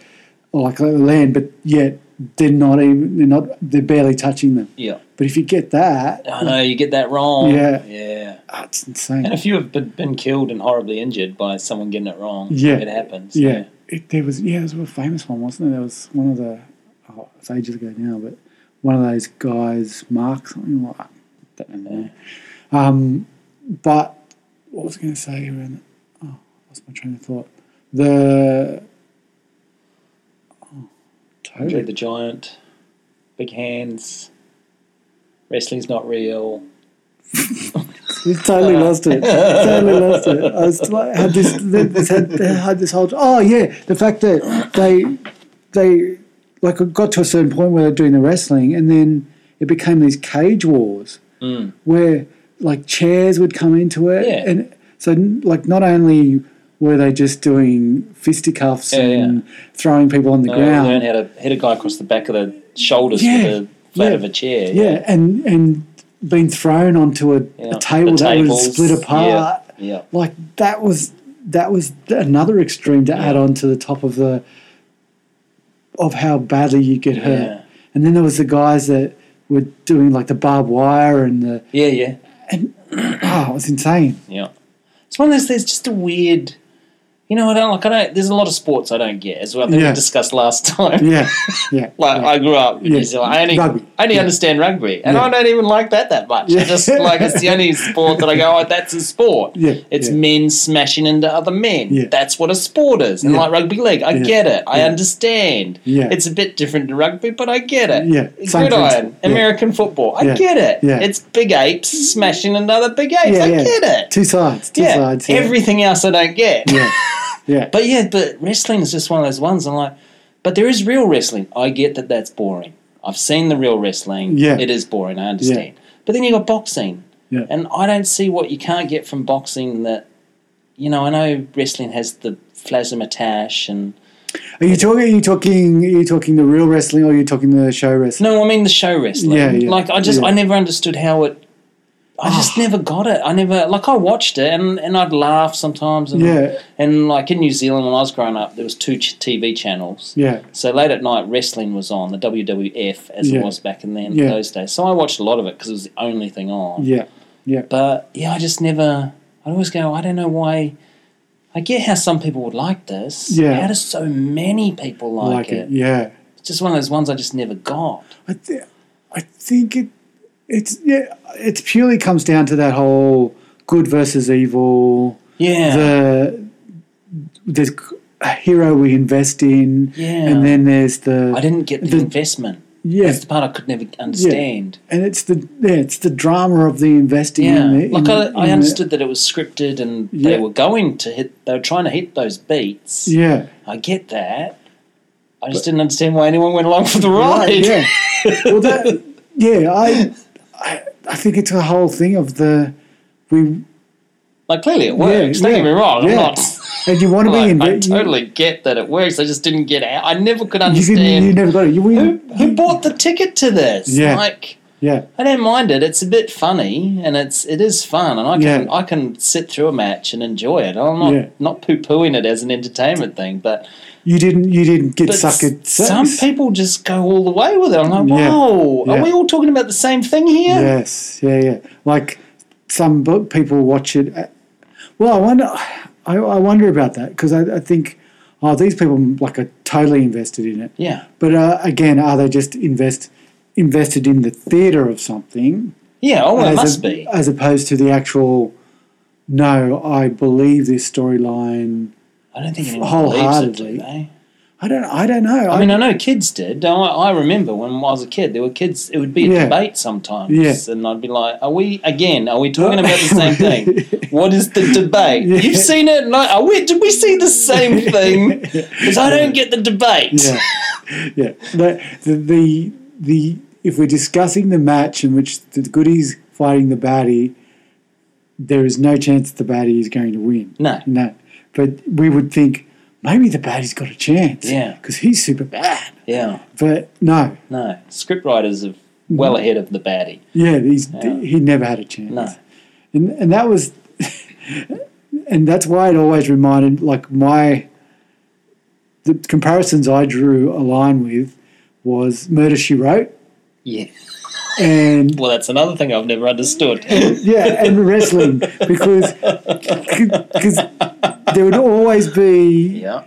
C: or like they land, but yet they're not even they're not they're barely touching them.
D: Yeah.
C: But if you get that,
D: I know you get that wrong.
C: Yeah.
D: Yeah.
C: ah, it's insane.
D: And if you have been, been killed and horribly injured by someone getting it wrong,
C: Yeah.
D: it happens.
C: Yeah, it, there was yeah, there was a famous one, wasn't there? There was one of the oh, it's ages ago now, but one of those guys, Mark something like I don't know. Um, but what was I going to say around? Oh, lost my train of thought. The oh,
D: Andre
C: totally.
D: the Giant, big hands. Wrestling's not real.
C: We totally lost it. totally lost it. I was like, had this, this had, had this whole. Oh yeah, the fact that they, they, like, it got to a certain point where they're doing the wrestling, and then it became these cage wars where like chairs would come into it,
D: Mm. Yeah.
C: and so like not only were they just doing fisticuffs
D: Yeah,
C: and throwing people on the
D: Uh,
C: ground,
D: learn how to hit a guy across the back of the shoulders
C: Yeah.
D: with the flat
C: Yeah.
D: of a chair.
C: yeah, and and being thrown onto a,
D: Yeah.
C: a table
D: The
C: that
D: tables,
C: was split apart.
D: Yeah. yeah.
C: like that was that was another extreme to add on to the top of the of how badly you get hurt.
D: Yeah.
C: And then there was the guys that were doing like the barbed wire and the
D: Yeah, yeah,
C: oh, it was insane.
D: yeah. It's one of those. There's just a weird. You know, I don't like. I don't. There's a lot of sports I don't get as well. I think
C: Yeah.
D: we discussed last time.
C: Yeah, yeah.
D: Like I grew up in
C: Yeah.
D: New Zealand. I only,
C: Rugby.
D: I only understand rugby, and
C: Yeah.
D: I don't even like that that much.
C: Yeah.
D: It's just like it's the only sport that I go, oh, that's a sport.
C: Yeah.
D: It's
C: Yeah.
D: men smashing into other men.
C: Yeah.
D: That's what a sport is. And
C: Yeah.
D: like rugby league, I
C: Yeah.
D: get it. I
C: Yeah.
D: understand.
C: Yeah.
D: It's a bit different to rugby, but I get it.
C: Yeah. Same
D: Gridiron,
C: principle. Yeah.
D: American football, I
C: Yeah.
D: get it.
C: Yeah.
D: It's big apes smashing another big apes.
C: yeah,
D: I
C: yeah.
D: get it.
C: Two sides, two
D: yeah.
C: sides. Yeah.
D: Everything else I don't get.
C: yeah, yeah,
D: But yeah, but wrestling is just one of those ones. I'm like, but there is real wrestling. I get that that's boring. I've seen the real wrestling.
C: Yeah.
D: It is boring. I understand. But then you got boxing,
C: yeah,
D: and I don't see what you can't get from boxing that, you know, I know wrestling has the flasmatash and
C: Are you talking? Are you talking? Are you talking the real wrestling, or are you talking the show wrestling?
D: no, I mean the show wrestling.
C: Yeah, yeah,
D: like I just
C: yeah. Ah.
D: I never understood how it. I just never got it. I never like I watched it and, and I'd laugh sometimes and
C: Yeah,
D: and like in New Zealand when I was growing up there was two ch- TV channels
C: yeah,
D: So late at night, wrestling was on the WWF as
C: Yeah.
D: it was back in then
C: Yeah.
D: those days. So I watched a lot of it because it was the only thing on.
C: yeah,
D: But yeah, I just never. I always go. I don't know why. I get how some people would like this.
C: Yeah.
D: How do so many people like,
C: like
D: it?
C: it. Yeah.
D: It's just one of those ones I just never got.
C: I, th- I think it it's yeah it purely comes down to that whole good versus evil
D: Yeah.
C: the there's a hero we invest in
D: Yeah.
C: and then there's the
D: I didn't get the,
C: the-
D: investment.
C: yeah
D: That's the part I could never understand.
C: and it's the yeah, it's the drama of the investing
D: Yeah.
C: in the,
D: like
C: in-
D: I,
C: in
D: I
C: the-
D: understood that it was scripted and they
C: Yeah.
D: were going to hit. They were trying to hit those beats.
C: yeah
D: I get that. I just didn't understand why anyone went along for the ride.
C: Yeah. Well, that, yeah, I, I, I think it's a whole thing of the we
D: Like clearly it works. don't get me wrong.
C: yeah.
D: I'm not.
C: And you want to be
D: Like,
C: in
D: I
C: you-
D: totally get that it works. I just didn't get out. I never could
C: You,
D: understand.
C: didn't, you never got it. You were,
D: who, who bought the ticket to this?
C: Yeah.
D: Like,
C: yeah,
D: I don't mind it. It's a bit funny, and it's it is fun, and I can
C: Yeah.
D: I can sit through a match and enjoy it. I'm not
C: Yeah.
D: not poo pooing it as an entertainment thing, but,
C: you didn't. You didn't get
D: but
C: suckered.
D: some people just go all the way with it. I'm like,
C: Yeah.
D: whoa,
C: Yeah.
D: are we all talking about the same thing here?
C: Yes, yeah, yeah. Like some bo- people watch it. uh, Well, I wonder. I, I wonder about that because I, I think, oh, these people like are totally invested in it.
D: Yeah,
C: But uh, again, are they just invest invested in the theatre of something?
D: yeah. Oh, it
C: as
D: must
C: a-
D: be.
C: as opposed to the actual. No, I believe this storyline.
D: I don't think anyone believes it,
C: wholeheartedly.
D: do they?
C: I don't. I don't know.
D: I mean, I know kids did. I, I remember when I was a kid, there were kids. It would be a
C: Yeah.
D: debate sometimes,
C: Yeah.
D: and I'd be like, "Are we again? Are we talking about the same thing? What is the debate?
C: Yeah.
D: You've seen it, and I, are we? Did we see the same thing? Because I don't get the debate.
C: yeah, yeah. No, the, the the if we're discussing the match in which the goodies fighting the baddie, there is no chance the baddie is going to win.
D: No.
C: no. But we would think maybe the baddie's got a chance.
D: Yeah.
C: because he's super bad.
D: yeah,
C: But no,
D: no. Scriptwriters are well ahead of the baddie.
C: yeah, he's
D: Yeah.
C: he never had a chance.
D: No.
C: and and that was, and that's why it always reminded like my. The comparisons I drew a line with was Murder She Wrote
D: Yeah.
C: and
D: Well, that's another thing I've never understood.
C: yeah, and wrestling because because there would always be
D: yeah,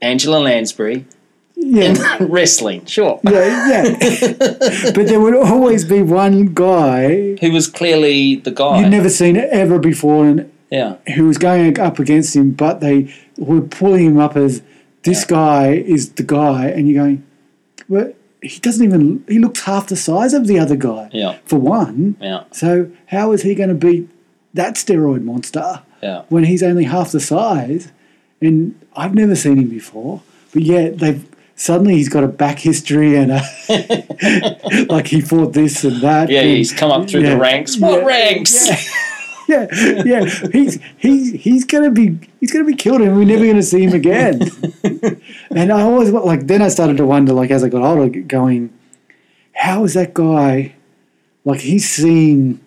D: Angela Lansbury in
C: yeah
D: wrestling. Sure.
C: yeah yeah, but there would always be one guy
D: Who was clearly the guy?
C: you'd never seen ever before and
D: yeah.
C: who was going up against him, but they were pulling him up as this guy is the guy, and you're going, well, he doesn't even he looks half the size of the other guy
D: Yeah.
C: for one,
D: Yeah.
C: so how is he going to beat that steroid monster?
D: Yeah.
C: when he's only half the size, and I've never seen him before. But yet they've suddenly he's got a back history and a, like he fought this and that.
D: Yeah,
C: and-
D: he's come up through
C: yeah.
D: the ranks. What
C: Yeah.
D: ranks?
C: Yeah, yeah, he's he's he's gonna be he's gonna be killed, and we're never gonna see him again. and I always wa- like then I started to wonder like as I got older, going, how is that guy? Like he's seen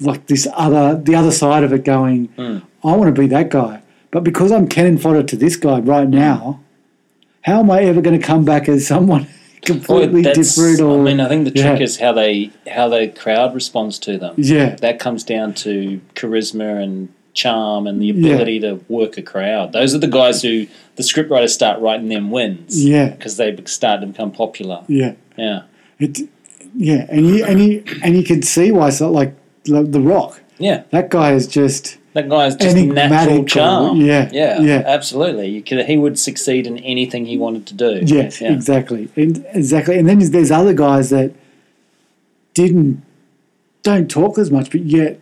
C: like this other the other side of it, going, I want to be that guy, but because I'm cannon fodder to this guy right now, how am I ever going to come back as someone
D: Well,
C: completely
D: that's-
C: different? Or
D: I mean, I think the trick
C: yeah.
D: is how they how the crowd responds to them.
C: yeah,
D: That comes down to charisma and charm and the
C: Yeah.
D: ability to work a crowd. Those are the guys who the scriptwriters start writing them wins.
C: Yeah.
D: because they be- start to become popular.
C: yeah.
D: Yeah,
C: It, yeah, and you and you and you can see why. So like the, the Rock,
D: yeah.
C: that guy is just
D: That guy is just natural
C: Enigmatical,
D: charm.
C: yeah,
D: yeah,
C: yeah.
D: Absolutely, you could, he would succeed in anything he wanted to do.
C: yes,
D: yeah.
C: exactly, and exactly. And then there's- there's other guys that didn't don't talk as much, but yet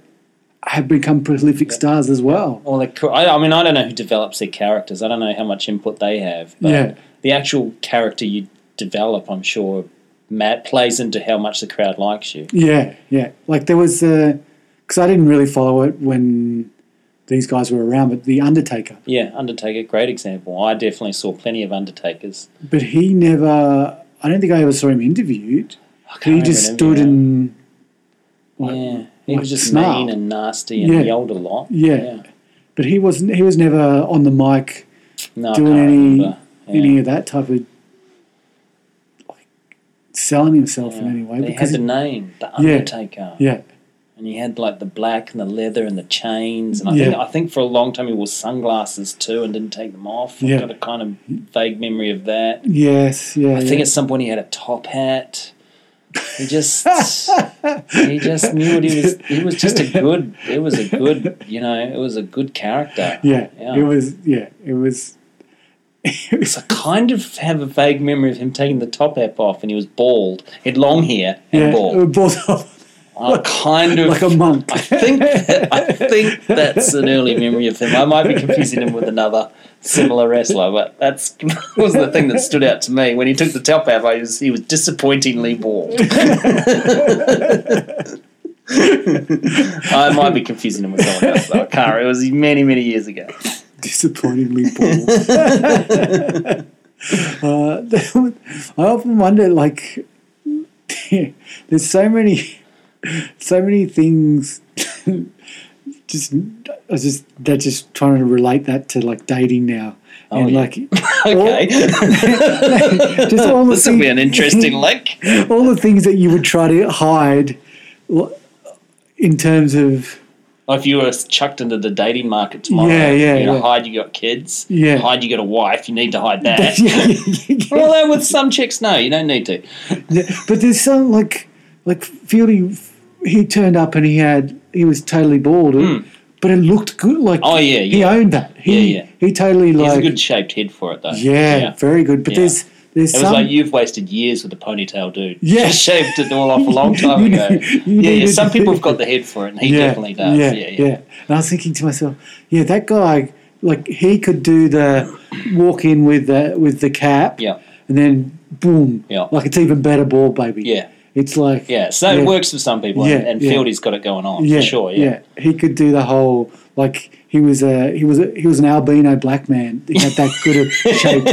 C: have become prolific stars as well.
D: Well, the, cr- I, I mean, I don't know who develops their characters. I don't know how much input they have. But
C: Yeah.
D: The actual character you develop, I'm sure, Matt plays into how much the crowd likes you.
C: Yeah, yeah. Like there was because I didn't really follow it when these guys were around, but the Undertaker.
D: Yeah, Undertaker, great example. I definitely saw plenty of Undertakers.
C: But he never. I don't think I ever saw him interviewed.
D: I can't
C: He just
D: remember
C: stood and.
D: now. yeah, he
C: like
D: was just
C: snarl.
D: mean and nasty and
C: Yeah.
D: yelled a lot.
C: Yeah. but he wasn't. He was never on the mic
D: no, I
C: doing
D: can't
C: any
D: remember. Yeah.
C: any of that type of like selling himself in any way
D: They had
C: because
D: the
C: he-
D: name, the
C: Yeah.
D: Undertaker,
C: yeah,
D: and he had like the black and the leather and the chains, and I
C: Yeah.
D: think I think for a long time he wore sunglasses too and didn't take them off.
C: Yeah.
D: I've got a kind of vague memory of that.
C: yes, yeah.
D: I think at some point he had a top hat. He just he just knew what he was. He was just a good. It was a good. You know, it was a good character.
C: yeah.
D: yeah.
C: It was yeah. It was
D: I kind of have a vague memory of him taking the top hat off, and he was bald. He had long hair and
C: yeah.
D: bald.
C: Both.
D: I kind of
C: like a monk.
D: think I think that's an early memory of him. I might be confusing him with another similar wrestler, but that's was the thing that stood out to me when he took the top off. I was, he was disappointingly bald. I might be confusing him with someone else. Though. I can't. remember. It was many, many years ago.
C: disappointingly bald. uh, I often wonder, like, there's so many, so many things. just, I was just they're just trying to relate that to like dating now, and
D: Oh, yeah.
C: like
D: Okay,
C: just all the
D: this will
C: things,
D: be an interesting link.
C: all the things that you would try to hide, l- in terms of
D: Like if you were chucked into the dating market tomorrow,
C: Yeah, yeah,
D: you
C: yeah.
D: hide you got kids,
C: Yeah.
D: hide you got a wife. You need to hide that.
C: yeah.
D: Eh. Well, though, with some chicks, no, you don't need to.
C: Yeah, but there's some like like Fieldy, he turned up and he had he was totally bald, and, but it looked good. Like
D: Hmm. Oh, yeah,
C: he
D: yeah.
C: owned that. He,
D: Yeah, yeah.
C: he totally
D: He's
C: like
D: a good shaped head for it, though.
C: yeah, very good. But
D: Yeah.
C: there's there's
D: It was
C: some
D: like you've wasted years with a ponytail, dude.
C: Yeah.
D: You shaved it all off a long time
C: You
D: ago.
C: need- you
D: yeah, yeah.
C: needed-
D: Some people have got the head for it, and he definitely does. Yeah, yeah.
C: And I was thinking to myself, yeah, that guy like he could do the walk in with the with the cap,
D: Yeah.
C: and then boom,
D: Yeah.
C: like it's even better ball, baby.
D: Yeah.
C: it's like
D: Yeah, so it works for some people, and,
C: Yeah,
D: and
C: yeah.
D: Fieldy's got it going on
C: yeah,
D: Oh, for sure. Yeah,
C: he could do the whole like he was a he was a, he was an albino black man. He had that good of shaped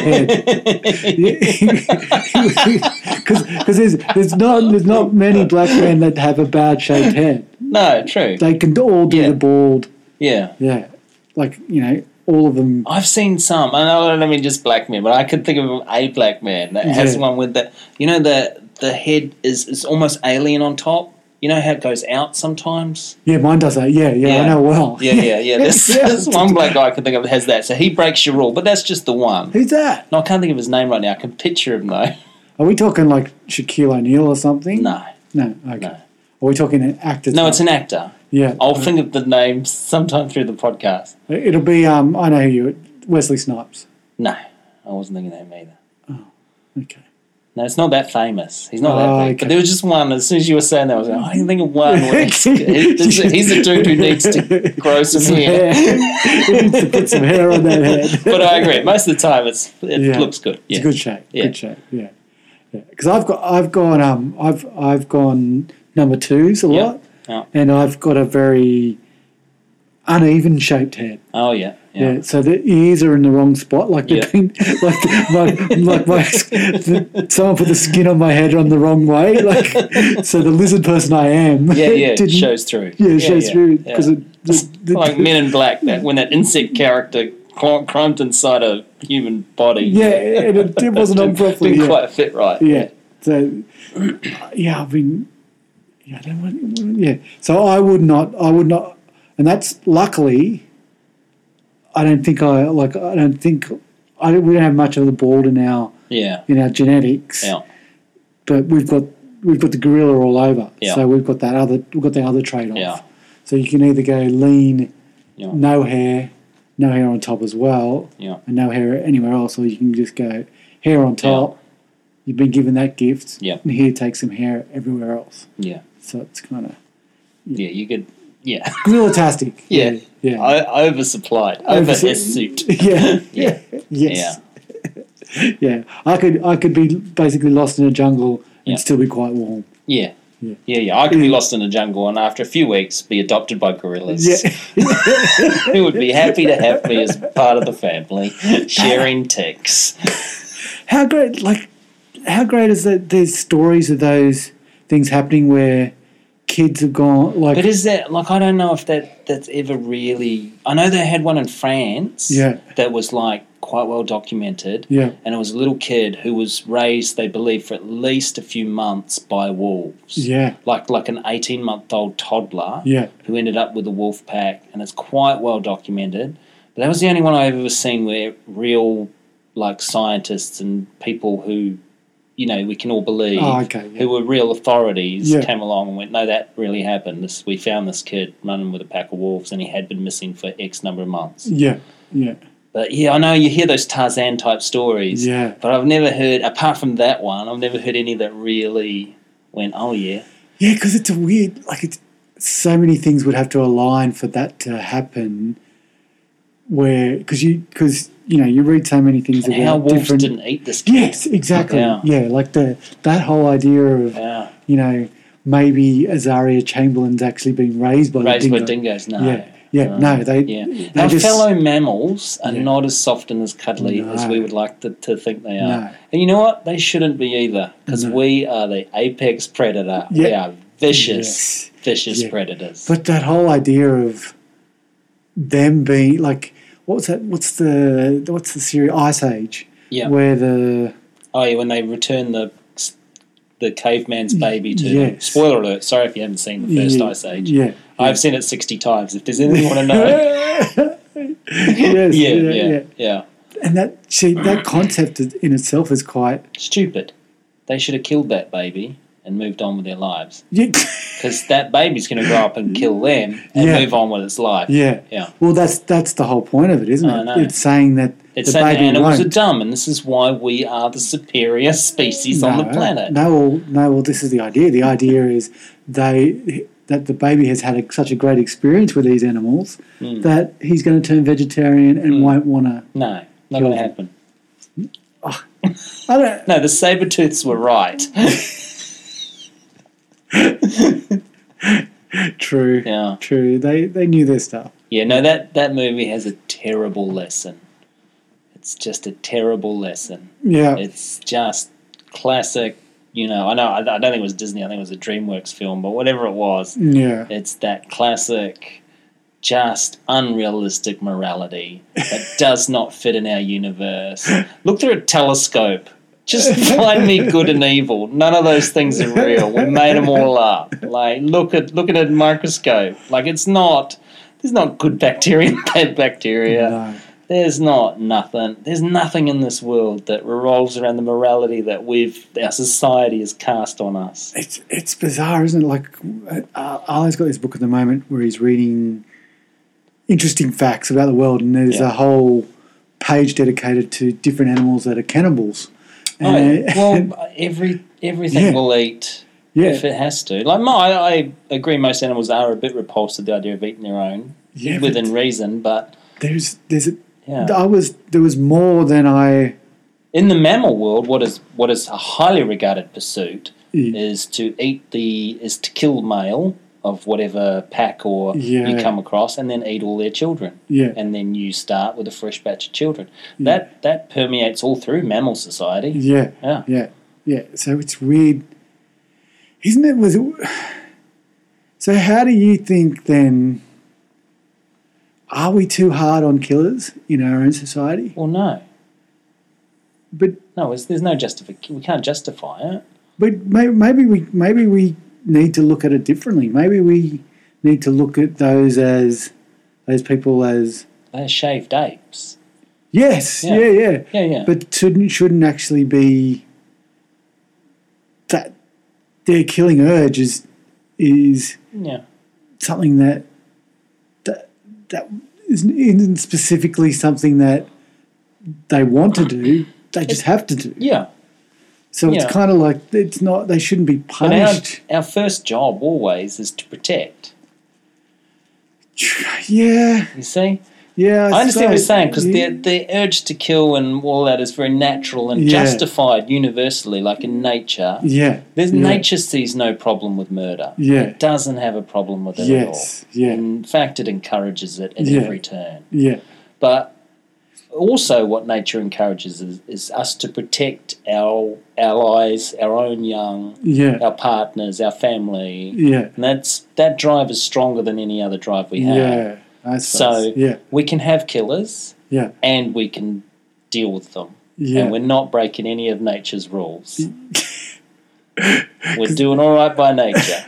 C: head. Because there's there's not there's not many black men that have a bad shaped head.
D: no, true.
C: They can all do
D: Yeah.
C: the bald.
D: Yeah,
C: Yeah, like you know, all of them.
D: I've seen some. I know, I mean, just black men, but I could think of a black man that has
C: Yeah.
D: one with the, you know, the the head is is almost alien on top. You know how it goes out sometimes.
C: Yeah, mine does that. Yeah, yeah, I know well.
D: Yeah, yeah, yeah. There's,
C: Yeah.
D: there's one black guy I can think of that has that. So he breaks your rule, but that's just the one.
C: Who's that?
D: No, I can't think of his name right now. I can picture him though.
C: Are we talking like Shaquille O'Neal or something?
D: No,
C: no. Okay.
D: No.
C: Are we talking an actor?
D: no,
C: type?
D: it's an actor.
C: yeah.
D: I'll think of the name sometime through the podcast.
C: It'll be um. I know who you. Wesley Snipes.
D: No, I wasn't thinking of him either.
C: Okay.
D: No, it's not that famous. He's
C: Oh,
D: not that big.
C: okay.
D: But there was just one. As soon as you were saying that, I was like, oh, I can think of one. where he's, he's, he's the dude who needs to grow some
C: Hair.
D: hair.
C: He needs to put some hair on that head.
D: But I agree. Most of the time, it's it
C: Yeah.
D: looks good. Yeah.
C: It's good shape.
D: Yeah.
C: Good shape. Yeah. Because I've got I've gone um I've I've gone number twos a
D: Yeah.
C: lot,
D: Oh,
C: and I've got a very uneven shaped head.
D: oh yeah.
C: Yeah.
D: Yeah.
C: so the ears are in the wrong spot. Like
D: Yeah.
C: the pin, like my, like my, the, someone put the skin on my head on the wrong way. Like, so the lizard person I am.
D: Yeah, yeah, it
C: didn't-
D: shows through.
C: Yeah, it shows through
D: yeah.
C: because it. The,
D: like Men in Black, that when that insect character cl- crumped inside a human body.
C: yeah, and it, it wasn't on
D: didn't,
C: properly.
D: didn't
C: Yeah.
D: quite fit right.
C: yeah, so yeah, I've been. Yeah, I don't want, yeah, so I would not. I would not, and that's luckily. I don't think I like. I don't think I. don't- We don't have much of the bald in our
D: yeah,
C: in our genetics.
D: yeah.
C: but we've got we've got the gorilla all over.
D: Yeah.
C: So we've got that other we've got the other trade off.
D: Yeah.
C: So you can either go lean,
D: Yeah.
C: no hair, no hair on top as well,
D: Yeah.
C: and no hair anywhere else, or you can just go hair on top. You've been given that gift,
D: Yeah.
C: and here take some hair everywhere else.
D: yeah,
C: So it's kind of
D: yeah. You could, yeah,
C: gorilla-tastic.
D: yeah,
C: yeah,
D: I, oversupplied, over
C: Oversup-
D: his suit.
C: yeah,
D: Yeah,
C: yes, yeah. I could I could be basically lost in a jungle and
D: Yeah.
C: still be quite warm.
D: yeah.
C: Yeah.
D: Yeah, yeah, I could be lost in a jungle and after a few weeks be adopted by gorillas.
C: Yeah.
D: Who would be happy to have me as part of the family, sharing ticks.
C: how great like how great is that there's stories of those things happening where kids have gone like
D: But is that like I don't know if that that's ever really. I know they had one in France.
C: Yeah.
D: That was like quite well documented.
C: Yeah.
D: And it was a little kid who was raised, they believe, for at least a few months by wolves.
C: yeah
D: Like like an eighteen month old toddler.
C: Yeah.
D: Who ended up with a wolf pack, and it's quite well documented. But that was the only one I've ever seen where real like scientists and people who you know, we can all believe
C: Oh, okay, yeah.
D: who were real authorities
C: Yeah.
D: came along and went, no, that really happened. This we found this kid running with a pack of wolves, and he had been missing for X number of months.
C: yeah yeah
D: But yeah, I know you hear those Tarzan type stories.
C: Yeah.
D: But I've never heard, apart from that one, I've never heard any that really went, oh yeah,
C: Yeah, because it's a weird, like, it's so many things would have to align for that to happen. Where, because you, because you know, you read so many things
D: And
C: about
D: how wolves
C: different.
D: didn't eat this kid.
C: yes, exactly.
D: Yeah.
C: Yeah. like the that whole idea of
D: Yeah.
C: you know maybe Azaria Chamberlain's actually being raised by
D: Raised
C: the
D: by
C: dingo.
D: dingoes, no.
C: Yeah, yeah, no, they,
D: Yeah.
C: they
D: Our
C: just,
D: fellow mammals are
C: Yeah.
D: not as soft and as cuddly as
C: No.
D: we would like to, to think they are.
C: No.
D: And you know what? They shouldn't be either because
C: No.
D: we are the apex predator. We
C: Yeah.
D: are vicious,
C: Yes.
D: vicious
C: Yeah.
D: predators.
C: But that whole idea of them being like, what's that? What's the what's the series Ice Age?
D: Yeah.
C: Where the
D: oh, yeah, when they return the the caveman's baby to
C: yes.
D: Spoiler alert. Sorry if you haven't seen the first
C: yeah,
D: Ice Age.
C: Yeah.
D: I've seen it 60 times. If there's anything you want to know.
C: yes,
D: yeah,
C: yeah, yeah,
D: yeah, yeah.
C: And that see, that concept is- in itself is quite
D: Stupid. They should have killed that baby and moved on with their lives.
C: yeah,
D: because that baby's going to grow up and kill them and
C: Yeah.
D: move on with its life.
C: yeah.
D: Yeah.
C: Well, that's that's the whole point of it, isn't
D: I
C: it?
D: know.
C: It's saying that
D: It's
C: the
D: saying
C: baby
D: animals are
C: won't.
D: dumb, and this is why we are the superior species on the planet.
C: No, well, no. Well, this is the idea. The idea is they that the baby has had a, such a great experience with these animals
D: Hmm.
C: that he's going to turn vegetarian and won't want to.
D: No, not going to
C: Children.
D: happen.
C: I don't.
D: No, the saber tooths were right.
C: True.
D: Yeah.
C: True. They they knew their stuff.
D: yeah, no, that, that movie has a terrible lesson. It's just a terrible lesson.
C: Yeah.
D: It's just classic, you know. I know, I, I don't think it was Disney, I think it was a DreamWorks film, but whatever it was,
C: yeah.
D: It's that classic, just unrealistic morality that does not fit in our universe. Look through a telescope. Just find me good and evil. None of those things are real. We made them all up. Like look at look at a microscope. Like it's not. There's not good bacteria and bad bacteria.
C: No.
D: There's not nothing. There's nothing in this world that revolves around the morality that we've our society has cast on us.
C: It's it's bizarre, isn't it? Like uh, Ali's got this book at the moment where he's reading interesting facts about the world, and there's
D: Yeah.
C: a whole page dedicated to different animals that are cannibals.
D: Oh,
C: And-
D: yeah. well, every everything
C: Yeah.
D: will eat
C: yeah,
D: if it has to. Like, my, I, I agree, most animals are a bit repulsed to the idea of eating their own
C: yeah, but
D: within reason, but
C: there's there's a,
D: yeah.
C: I was there was more than I
D: in the mammal world, what is what is a highly regarded pursuit
C: Mm.
D: is to eat the is to kill male of whatever pack or you
C: Yeah.
D: come across, and then eat all their children,
C: yeah
D: and then you start with a fresh batch of children. That that permeates all through mammal society.
C: yeah
D: Yeah.
C: yeah yeah. So it's weird, isn't it? Was it, so? How do you think then? Are we too hard on killers in our own society?
D: Well, no,
C: But
D: no, it's, there's no justification. We can't justify it.
C: but may- maybe we maybe we need to look at it differently. Maybe we need to look at those as those people as
D: They're shaved apes.
C: yes,
D: Yeah.
C: yeah, yeah,
D: Yeah, yeah.
C: but shouldn't shouldn't actually be that their killing urge is is
D: yeah.
C: something that that that isn't, isn't specifically something that they want to do. They just have to do.
D: Yeah.
C: So
D: yeah.
C: it's kind of like it's not. They shouldn't be
D: But our,
C: punished.
D: our first job always is to protect.
C: Yeah.
D: You see?
C: Yeah,
D: I understand what you're
C: suppose.
D: saying because
C: Yeah.
D: the, the urge to kill and all that is very natural and
C: Yeah.
D: justified universally, like in nature.
C: yeah,
D: There's,
C: yeah,
D: Nature sees no problem with murder.
C: Yeah.
D: It doesn't have a problem with it
C: Yes,
D: at all.
C: yeah.
D: In fact, it encourages it at
C: Yeah.
D: every turn.
C: yeah,
D: But also, what nature encourages is, is us to protect our allies, our own young,
C: yeah,
D: our partners, our family.
C: yeah,
D: And that's that drive is stronger than any other drive we have.
C: yeah. I
D: So
C: suppose. yeah,
D: we can have killers
C: yeah,
D: and we can deal with them. And
C: yeah,
D: we're not breaking any of nature's rules. we're doing all right by nature.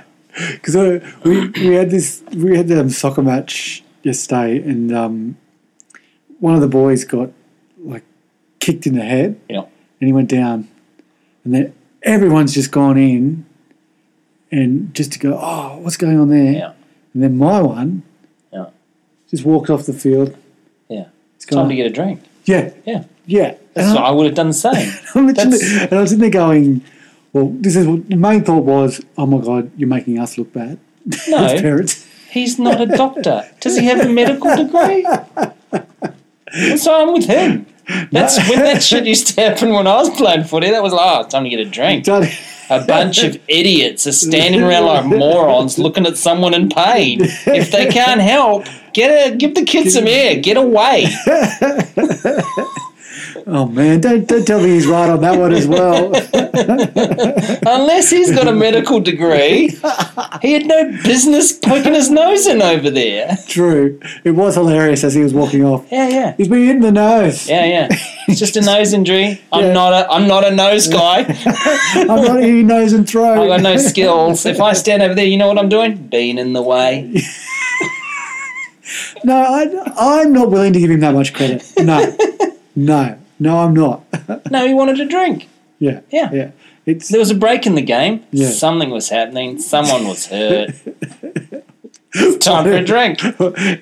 C: because uh, we we had this we had the um, soccer match yesterday, and um, one of the boys got like kicked in the head,
D: You know,
C: and he went down, and then everyone's just gone in, and just to go, oh, what's going on there?
D: Yeah.
C: And then my one,
D: Yeah.
C: just walked off the field.
D: yeah. It's
C: gone.
D: time to get a drink.
C: Yeah,
D: Yeah.
C: yeah.
D: That's
C: And
D: what I would have done the same.
C: I'm literally,
D: That's-
C: and I was in there going, Well, this is what the main thought was. Oh my God, you're making us look bad. As
D: No,
C: parents.
D: he's not a doctor. Does he have a medical degree? What's wrong with him? That's when that shit used to happen when I was playing footy. That was like, oh, time to get a drink.
C: Johnny-
D: A bunch of idiots are standing around like morons looking at someone in pain. If they can't help, get a, give the kid some air. Get away.
C: Oh man, don't don't tell me he's right on that one as well.
D: Unless he's got a medical degree, he had no business poking his nose in over there.
C: True. It was hilarious as he was walking off.
D: Yeah, yeah.
C: He's been in the nose.
D: Yeah, yeah. It's just a nose injury. I'm
C: Yeah.
D: not a I'm not a nose guy.
C: I'm not eating nose and throat.
D: I got no skills. If I stand over there, you know what I'm doing? Being in the way.
C: No, I, I'm not willing to give him that much credit. No, no, no, I'm not.
D: No, he wanted a drink.
C: yeah,
D: Yeah.
C: yeah. It's
D: There was a break in the game.
C: Yeah.
D: Something was happening. Someone was hurt. It's time for a drink.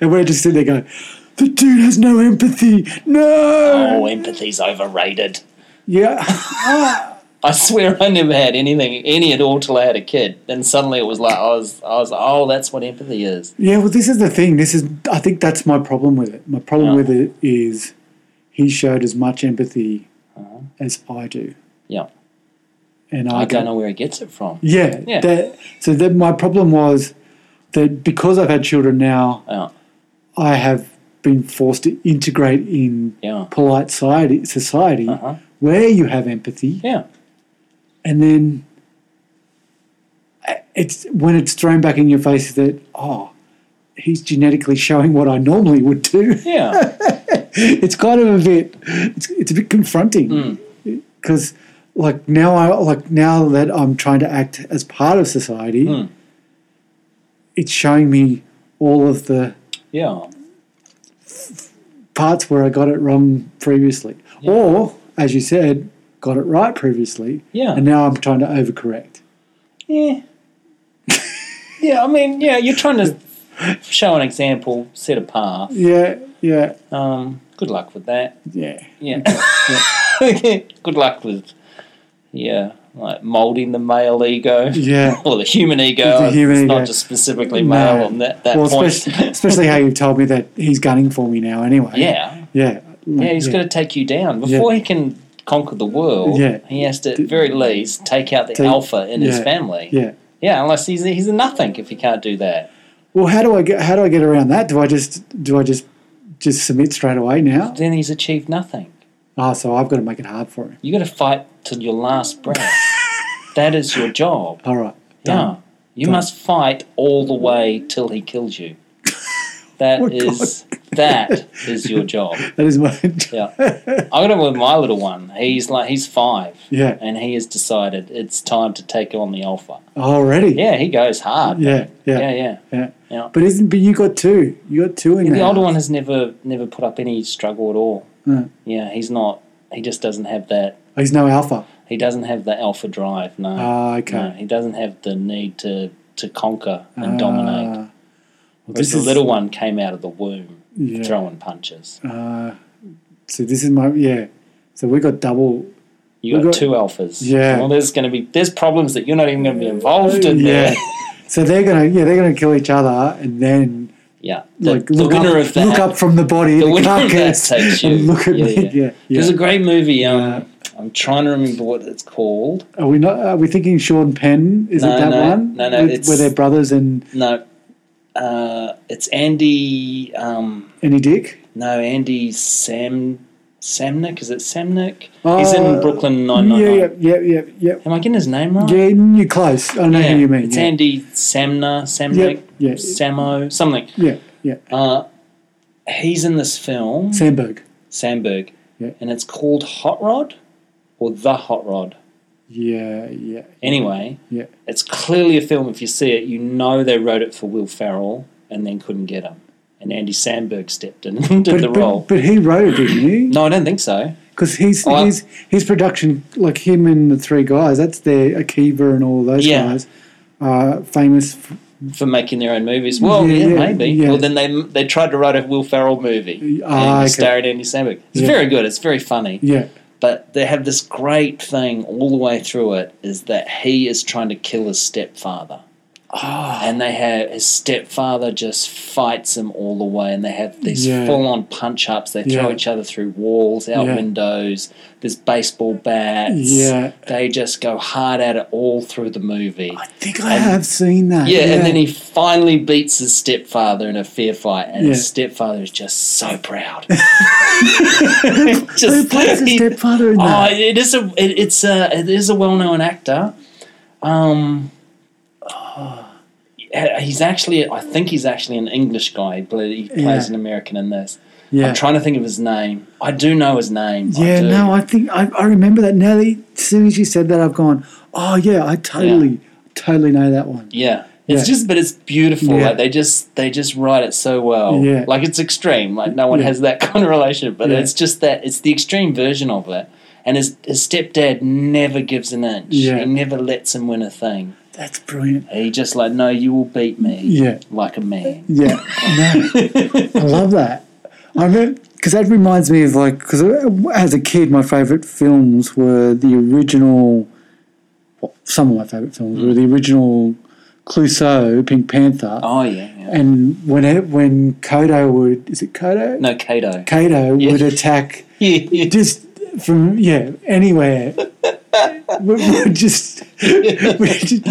C: and we're just sitting there going, the dude has no empathy. No.
D: Oh, empathy's overrated.
C: Yeah,
D: I swear I never had anything, any at all, till I had a kid. Then suddenly it was like I was, I was like, oh, that's what empathy is.
C: yeah. Well, this is the thing. This is. I think that's my problem with it. My problem
D: Yeah.
C: with it is he showed as much empathy
D: Uh-huh.
C: as I do,
D: Yeah,
C: and I,
D: I
C: go,
D: don't know where he gets it from.
C: Yeah.
D: Yeah.
C: That, so that my problem was that because I've had children now,
D: Yeah,
C: I have been forced to integrate in
D: yeah,
C: polite society, society
D: Uh-huh.
C: where you have empathy,
D: yeah,
C: and then it's when it's thrown back in your face that oh, he's genetically showing what I normally would do.
D: yeah,
C: it's kind of a bit, it's, it's a bit confronting
D: Hmm.
C: because like now I like now that I'm trying to act as part of society,
D: Hmm.
C: it's showing me all of the
D: yeah.
C: parts where I got it wrong previously, or as you said, got it right previously.
D: Yeah.
C: and now I'm trying to overcorrect.
D: Yeah. yeah, I mean, yeah, you're trying to show an example, set a path.
C: Yeah, yeah,
D: Um, good luck with that.
C: yeah.
D: Yeah. good luck with, yeah, like molding the male ego.
C: Yeah.
D: Or the human ego.
C: The human
D: it's
C: ego.
D: not just specifically male on that, that
C: well,
D: point.
C: Especially, especially how you've told me that he's gunning for me now. Anyway.
D: yeah.
C: Yeah.
D: Yeah, he's going to take you down. Before he can conquer the world,
C: Yeah.
D: he has to, at very least, take out the
C: Take-
D: alpha in his
C: yeah.
D: family.
C: Yeah.
D: Yeah, unless he's, he's a nothing if he can't do that.
C: Well, how do I get how do I get around that? Do I just do I just just submit straight away now?
D: Then he's achieved nothing.
C: Ah, so I've got to make it hard for him.
D: You got to fight till your last breath. that is your job.
C: All right.
D: Yeah. You must fight all the way till he kills you. That
C: Oh,
D: is that is your job.
C: That is my
D: Yeah. I got it with my little one. He's like he's five.
C: Yeah.
D: And he has decided it's time to take on the alpha.
C: already.
D: Yeah, he goes hard.
C: Yeah. Yeah.
D: Yeah, yeah.
C: yeah.
D: Yeah.
C: But isn't but you got two. You got two in
D: The
C: there.
D: older one has never never put up any struggle at all.
C: Mm.
D: Yeah, he's not he just doesn't have that
C: Oh, He's no alpha.
D: he doesn't have the alpha drive, no.
C: Ah, okay.
D: No, he doesn't have the need to, to conquer and
C: Ah.
D: dominate.
C: Well,
D: Whereas
C: this
D: the
C: is
D: little one came out of the womb
C: Yeah. Ah.
D: throwing punches.
C: So this is my yeah. So we got double.
D: You
C: we
D: got,
C: got-
D: two alphas.
C: Yeah.
D: Well, there's going to be there's problems that you're not even going to be involved in
C: yeah.
D: there.
C: so they're gonna yeah they're gonna kill each other and then
D: Yeah. The,
C: like
D: the
C: look
D: winner
C: up,
D: of that.
C: look up from the body
D: the
C: the,
D: winner of that
C: carcass
D: takes you.
C: and look at
D: yeah,
C: me.
D: Yeah.
C: Yeah. Yeah.
D: There's a great movie. Um, I'm trying to remember what it's called.
C: Are we not? Are we thinking Sean Penn? Is
D: No,
C: it that
D: no,
C: one?
D: no, no,
C: With-
D: it's-
C: Where they're brothers and
D: No. Uh, it's Andy. Um,
C: Annie Dick.
D: no, Andy Sam. Samnick? Is it Samnick? He's in
C: Uh,
D: Brooklyn Nine
C: Yeah,
D: Nine Nine.
C: yeah, yeah, yeah, yeah.
D: Am I getting his name right?
C: Yeah, you're close. I know
D: Yeah,
C: who you mean.
D: It's
C: yeah.
D: Andy Samner, Samnick,
C: yeah.
D: Samo, something.
C: Yeah, yeah.
D: Uh, he's in this film,
C: Sandberg.
D: Sandberg,
C: Yeah.
D: and it's called Hot Rod or The Hot Rod.
C: Yeah, yeah,
D: Anyway,
C: yeah.
D: it's clearly a film. If you see it, you know they wrote it for Will Ferrell and then couldn't get him. And Andy Sandberg stepped in and did
C: But,
D: the role.
C: but, but he wrote it, didn't he?
D: no, I don't think so.
C: Because he's
D: Oh, I-
C: his his production, like him and the three guys. That's their Akiva and all those
D: Yeah.
C: guys. Uh, famous. f-
D: For making their own movies. Well,
C: Yeah,
D: yeah,
C: yeah,
D: maybe.
C: yeah.
D: Well, then they they tried to write a Will Ferrell movie.
C: Ah,
D: and
C: okay.
D: starred Andy Sandberg. It's
C: Yeah.
D: very good. It's very funny.
C: Yeah,
D: But they have this great thing all the way through it is that he is trying to kill his stepfather.
C: Ah.
D: And they have his stepfather just fights him all the way, and they have these
C: Yeah.
D: full on punch ups. They throw
C: Yeah.
D: each other through walls, out
C: Yeah.
D: windows. There's baseball bats.
C: Yeah.
D: They just go hard at it all through the movie.
C: I think I have seen that.
D: Yeah, and then he finally beats his stepfather in a fair fight, and
C: Yeah.
D: his stepfather is just so proud.
C: Who
D: just
C: plays his
D: he-
C: stepfather in
D: Oh,
C: that?
D: it is a it, it's a it is a well known actor. Um, oh, yeah, he's actually I think he's actually an English guy, but he plays
C: Yeah.
D: an American in this.
C: yeah.
D: I'm trying to think of his name. I do know his name. I
C: Yeah,
D: do.
C: no, I think I, I remember that. Now, that- as soon as you said that, I've gone, oh, yeah, I totally, totally know that one.
D: Yeah. It's
C: Yeah.
D: just, but it's beautiful.
C: Yeah.
D: Like they just, they just write it so well.
C: Yeah.
D: Like it's extreme. Like no one
C: Yeah.
D: has that kind of relationship, but
C: Yeah.
D: it's just that it's the extreme version of it. And his, his stepdad never gives an inch.
C: Yeah.
D: He never lets him win a thing.
C: That's brilliant.
D: He just like, no, you will beat me.
C: Yeah.
D: Like a man.
C: Yeah, no, I love that. I mean, because that reminds me of like, because as a kid, my favorite films were the original. Well, some of my favorite films were the original Clouseau, Pink Panther,
D: Mm. Oh yeah. yeah.
C: and when it, when Kodo would is it Kodo?
D: No, Kato.
C: Kato
D: Yeah.
C: would attack
D: yeah.
C: just from yeah anywhere. we we're just, we're just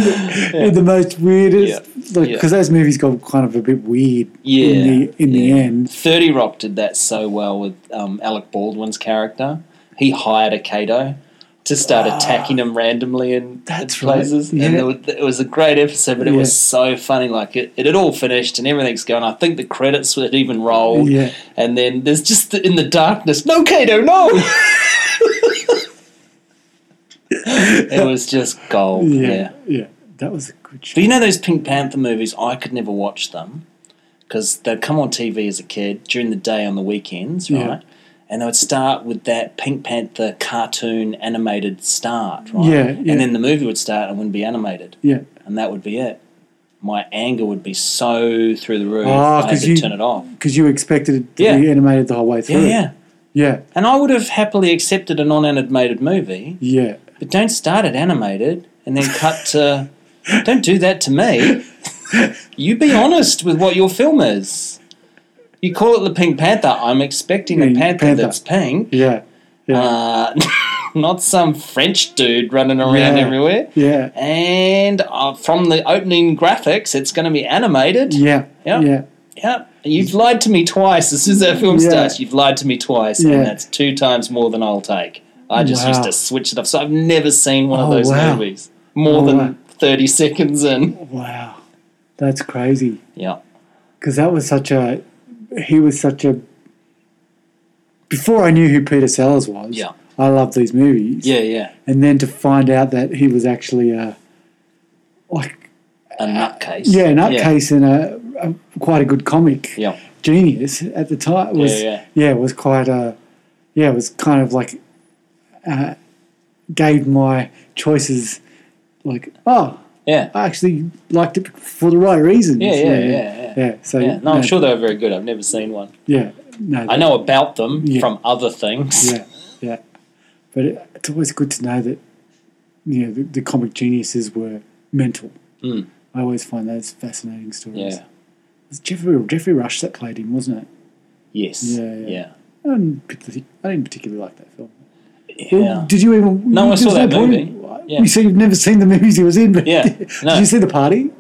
C: in the most weirdest,
D: Yeah.
C: like
D: Yeah.
C: because those movies got kind of a bit weird in the in
D: yeah.
C: the end.
D: 30 Rock did that so well with um, Alec Baldwin's character. He hired a Kato to start attacking him randomly in, in
C: Ah. That's right,
D: places. And
C: yeah.
D: it was, it was a great episode, but it was
C: Yeah.
D: so funny. Like, it, it had all finished and everything's going. I think the credits had even rolled.
C: Yeah.
D: And then there's just the, in the darkness, no Kato, no! it was just gold.
C: Yeah,
D: yeah.
C: yeah, that was a good
D: But
C: show.
D: you know those Pink Panther movies, I could never watch them because they'd come on TV as a kid during the day on the weekends,
C: Yeah.
D: right? And they would start with that Pink Panther cartoon animated start, right?
C: Yeah, yeah.
D: And then the movie would start and wouldn't be animated,
C: Yeah,
D: and that would be it. My anger would be so through the roof,
C: Ah,
D: I had
C: 'cause
D: to
C: you-
D: turn it off.
C: because you expected it to
D: Yeah.
C: be animated the whole way
D: Yeah,
C: through.
D: yeah.
C: yeah,
D: And I would have happily accepted a non animated movie,
C: yeah.
D: but don't start it animated and then cut to. don't do that to me. You be honest with what your film is. You call it the Pink Panther. I'm expecting a
C: Yeah,
D: panther,
C: panther.
D: that's pink,
C: yeah. Yeah.
D: uh, not some French dude running around
C: Yeah.
D: everywhere.
C: yeah.
D: And uh, from the opening graphics, it's going to be animated.
C: Yeah,
D: Yeah.
C: yeah,
D: Yep. You've lied to me twice. As soon as that film
C: Yeah.
D: starts, you've lied to me twice,
C: Yeah.
D: and that's two times more than I'll take. I just
C: Wow.
D: used to switch it up. So I've never seen one of
C: Oh,
D: those
C: wow.
D: movies more
C: Oh,
D: than
C: wow.
D: 30 seconds in.
C: Wow, that's crazy.
D: Yeah.
C: because that was such a he was such a before I knew who Peter Sellers was.
D: Yeah.
C: I loved these movies.
D: Yeah, yeah.
C: and then to find out that he was actually a like
D: A nutcase.
C: Uh, yeah, an upcase and a, a quite a good comic
D: Yeah.
C: genius at the time was
D: yeah.
C: was quite a yeah it was kind of like uh, gave my choices like oh
D: Yeah.
C: I actually liked it for the right reasons
D: Yeah, yeah, yeah, yeah.
C: yeah, yeah. so
D: Yeah. No, I'm sure they were very good. I've never seen one.
C: yeah no
D: I know about them
C: Yeah.
D: from other things.
C: yeah, yeah. But it, it's always good to know that you know the, the comic geniuses were mental.
D: Mm.
C: I always find those fascinating stories.
D: Yeah.
C: It's Jeffrey Jeffrey Rush that played him, wasn't it?
D: Yes.
C: Yeah,
D: Yeah.
C: yeah. I didn't, partic- I didn't particularly like that film.
D: Yeah. Yeah.
C: Did you even?
D: No, I
C: there
D: saw
C: was
D: that
C: point-
D: movie. Yeah.
C: You say you've never seen the movies he was in, but
D: Yeah, no.
C: did you see the party?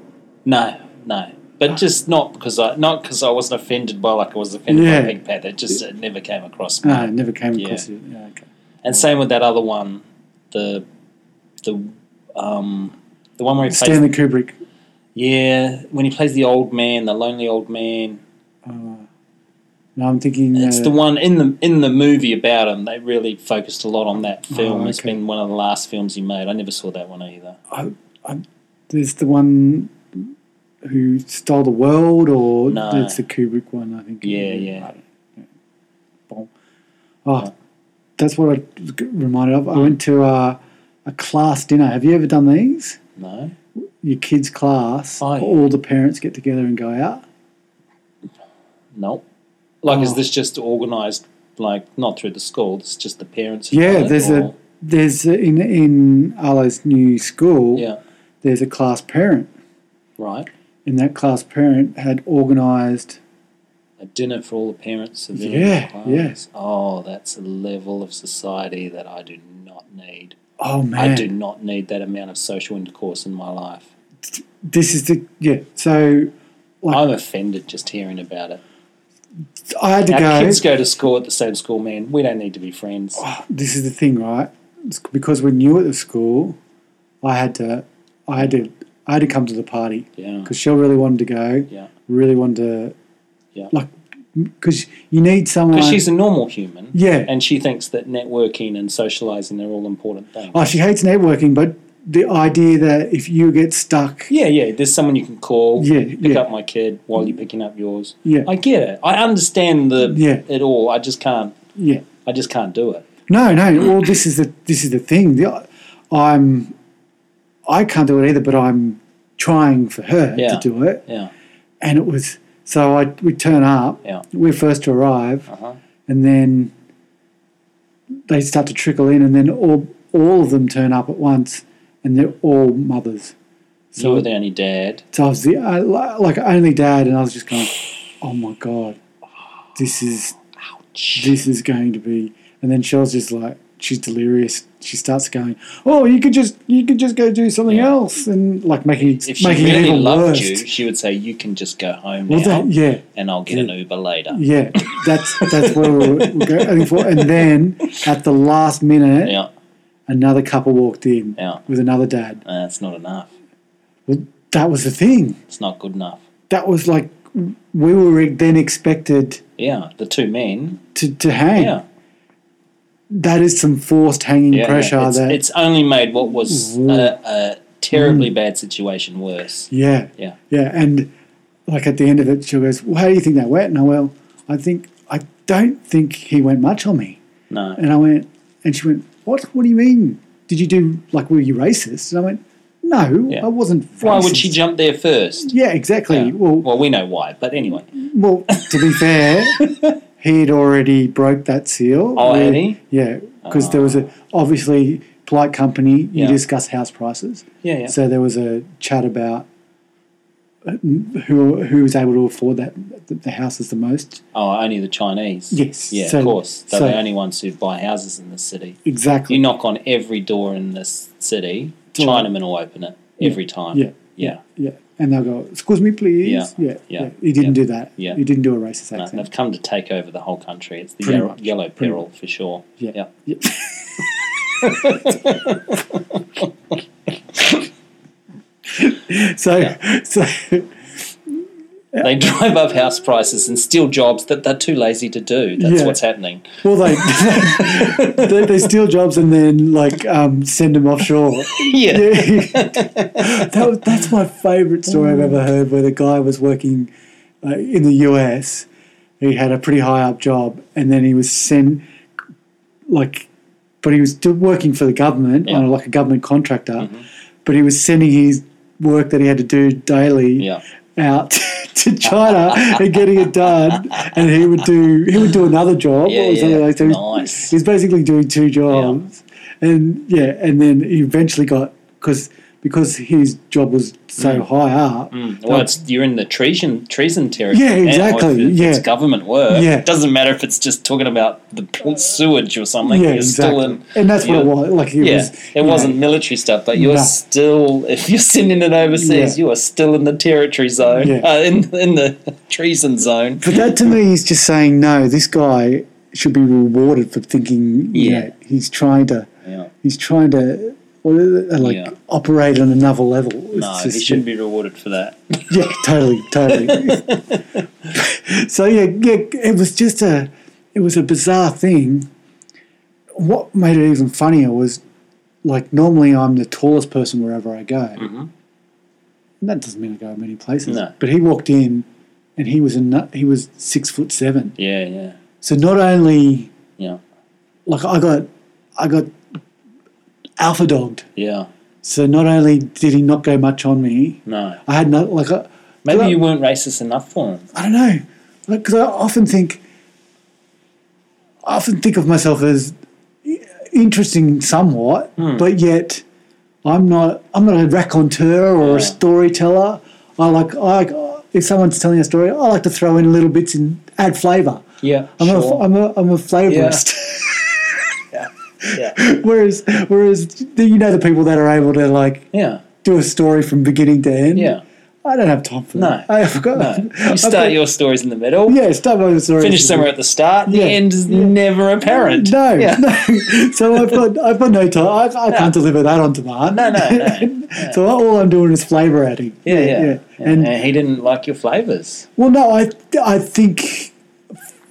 D: No, no. But just not because I not because I wasn't offended by like I was offended by
C: Yeah.
D: Pink Panther. It just it never came across me.
C: No, I never came
D: Yeah.
C: across it. Yeah, okay.
D: And same with that other one, the the um the one where he plays
C: Stanley Kubrick.
D: yeah when he plays the old man, the lonely old man.
C: Uh, no, I'm thinking.
D: It's
C: uh,
D: the one in the in the movie about him. They really focused a lot on that film.
C: Oh,
D: It's
C: okay.
D: been one of the last films he made. I never saw that one either.
C: There's the one who stole the world, or
D: No.
C: it's the Kubrick one, I think.
D: Yeah, yeah.
C: Bomb. Oh, that's what I was g- reminded of. I went to uh, a class dinner. Have you ever done these?
D: No.
C: Your kids' class,
D: Oh, yeah.
C: all the parents get together and go out.
D: Nope. Like, is
C: Oh.
D: this just organised like not through the school. It's just the parents. who
C: Yeah,
D: run it
C: there's a
D: or-
C: there's a, in in Arlo's new school.
D: yeah,
C: There's a class parent,
D: right.
C: and that class parent had organised.
D: A dinner for all the parents of the
C: Yeah,
D: class.
C: yeah.
D: Oh, that's a level of society that I do not need.
C: Oh
D: I
C: man,
D: do not need that amount of social intercourse in my life.
C: this is the yeah. So
D: I'm offended just hearing about it.
C: I had to
D: Our
C: go.
D: kids go to school at the same school, man. We don't need to be friends.
C: this is the thing, right? It's because we're new at the school, I had to, I had to, I had to come to the party
D: Yeah,
C: because Shell really wanted to go.
D: yeah.
C: Really wanted to,
D: Yeah.
C: like, because you need someone.
D: Because she's a normal human.
C: Yeah.
D: And she thinks that networking and socializing are all important things.
C: oh, she hates networking, but the idea that if you get stuck,
D: yeah, yeah. There's someone you can call.
C: Yeah,
D: Pick
C: yeah.
D: up my kid while you're picking up yours.
C: Yeah.
D: I get it. I understand the
C: Yeah.
D: it all. I just can't.
C: yeah,
D: I just can't do it.
C: no, no. Well, this is the this is the thing. The, I'm, I can't do it either, but I'm trying for her
D: Yeah.
C: to do it.
D: Yeah.
C: and it was so I we turn up.
D: Yeah.
C: We're first to arrive,
D: Uh-huh.
C: and then they start to trickle in, and then all all of them turn up at once, and they're all mothers.
D: you
C: So,
D: were the only dad.
C: so I was the I, li- like only dad, and I was just going, "Oh my god, this is this is going to be." And then Cheryl's just like she's delirious. She starts going, "Oh, you could just you could just go do something
D: Yeah.
C: else," and like making
D: If she
C: making it
D: really
C: even
D: loved
C: worse.
D: you, she would say, "You can just go home
C: Well,
D: now,
C: that, yeah,
D: and I'll get an Uber later."
C: Yeah, that's that's where we we're, we're going for. And then at the last minute,
D: Yeah.
C: another couple walked in
D: Yeah.
C: with another dad.
D: Uh, That's not enough.
C: Well, that was the thing.
D: It's not good enough.
C: That was like we were then expected
D: Yeah, the two men.
C: to, to hang.
D: Yeah,
C: That is some forced hanging
D: yeah.
C: pressure.
D: It's,
C: that Mm.
D: it's only made what was a, a terribly bad situation worse.
C: yeah,
D: Yeah,
C: yeah. And like at the end of it, she goes, "Well, how do you think that went?" And I well, I think I don't think he went much on me.
D: no.
C: And I went, and she went, "What? What do you mean? Did you do like were you racist?" And I went, "No,
D: Yeah.
C: I wasn't." Racist.
D: Why would she jump there first?
C: Yeah, exactly.
D: Yeah.
C: Well, Mm.
D: Well, we know why, but anyway.
C: well, to be fair, he had already broke that seal.
D: Oh,
C: Yeah.
D: had he?
C: Yeah, because there was a obviously polite company. You
D: Yeah.
C: discuss house prices.
D: Yeah, yeah.
C: So there was a chat about uh, who who was able to afford that the, the houses the most.
D: Oh, only the Chinese.
C: Yes,
D: Yeah,
C: so-
D: of course. They're
C: so-
D: the only ones who buy houses in this city.
C: Exactly.
D: You knock on every door in this city,
C: Door.
D: Chinamen will open it every time.
C: Yeah,
D: Yeah.
C: yeah. And they'll go, "Excuse me, please."
D: Yeah,
C: yeah.
D: yeah,
C: He didn't
D: yeah,
C: do that.
D: yeah.
C: He didn't do a racist
D: No,
C: accent.
D: they've come to take over the whole country. It's the
C: Pretty
D: yellow,
C: much,
D: yellow
C: pretty
D: peril for sure.
C: Yeah.
D: yeah.
C: Yeah. so, so
D: They drive up house prices and steal jobs that they're too lazy to do. That's
C: Yeah.
D: what's happening.
C: well, they, they they steal jobs and then like um, send them offshore.
D: Yeah.
C: that, was- that's my favourite story I've ever heard. Where the guy was working uh, in the US, he had a pretty high up job, and then he was sent like, but he was still working for the government
D: Yeah. Mm-hmm.
C: on like a government contractor, but he was sending his work that he had to do daily
D: Yeah.
C: out to China and getting it done, and he would do he would do another job
D: Yeah,
C: or something
D: yeah.
C: like that.
D: Nice.
C: He's basically doing two jobs, and yeah, and then he eventually got because because his job was so high up.
D: Mm. Well, it's, you're in the treason treason territory.
C: Yeah,
D: now. If
C: exactly,
D: It's,
C: yeah.
D: it's government work.
C: Yeah.
D: It doesn't matter if it's just talking about the sewage or something.
C: yeah,
D: you're
C: exactly,
D: still in.
C: and that's what it
D: you're-
C: was. Like it
D: yeah,
C: was, you
D: it
C: know,
D: wasn't military stuff, but you're
C: No.
D: still if you're sending it overseas,
C: Yeah.
D: you are still in the territory zone,
C: Yeah.
D: uh, in in the treason zone.
C: But that to me is just saying no. This guy should be rewarded for thinking. You
D: Yeah.
C: know, he's trying to.
D: Yeah.
C: He's trying to. What is it? Like
D: Yeah.
C: operate on another level. It's
D: No,
C: just-
D: he shouldn't be rewarded for that.
C: Yeah, totally, totally. so yeah, yeah, it was just a, it was a bizarre thing. What made it even funnier was, like, normally I'm the tallest person wherever I go. And that doesn't mean I go many places.
D: No.
C: But he walked in, and he was a nut, he was six foot seven.
D: Yeah, yeah,
C: So not only
D: yeah,
C: like I got, I got alpha dogged.
D: yeah.
C: So not only did he not go much on me,
D: No,
C: I had no like. I,
D: maybe
C: I-
D: you weren't racist enough for him.
C: I don't know, because I often think I often think of myself as interesting somewhat,
D: Hmm.
C: but yet I'm not. I'm not a raconteur or a
D: Yeah.
C: storyteller. I like. I like. If someone's telling a story, I like to throw in little bits and add flavour.
D: Yeah,
C: I'm,
D: sure.
C: a, I'm a I'm a flavourist.
D: yeah,
C: whereas whereas the- you know the people that are able to like
D: yeah,
C: do a story from beginning to end.
D: yeah.
C: I don't have time for
D: No.
C: that. I forgot.
D: No, you
C: I've
D: start
C: got-
D: your stories in the middle.
C: yeah start my story.
D: Finish somewhere at the start. The
C: Yeah.
D: end is never apparent.
C: No,
D: Yeah.
C: no. So I've got I've got no time. I, I can't deliver that on demand.
D: No, no, no.
C: so all I'm doing is flavour adding.
D: Yeah, yeah.
C: And
D: And, he didn't like your flavors.
C: well, no, I I think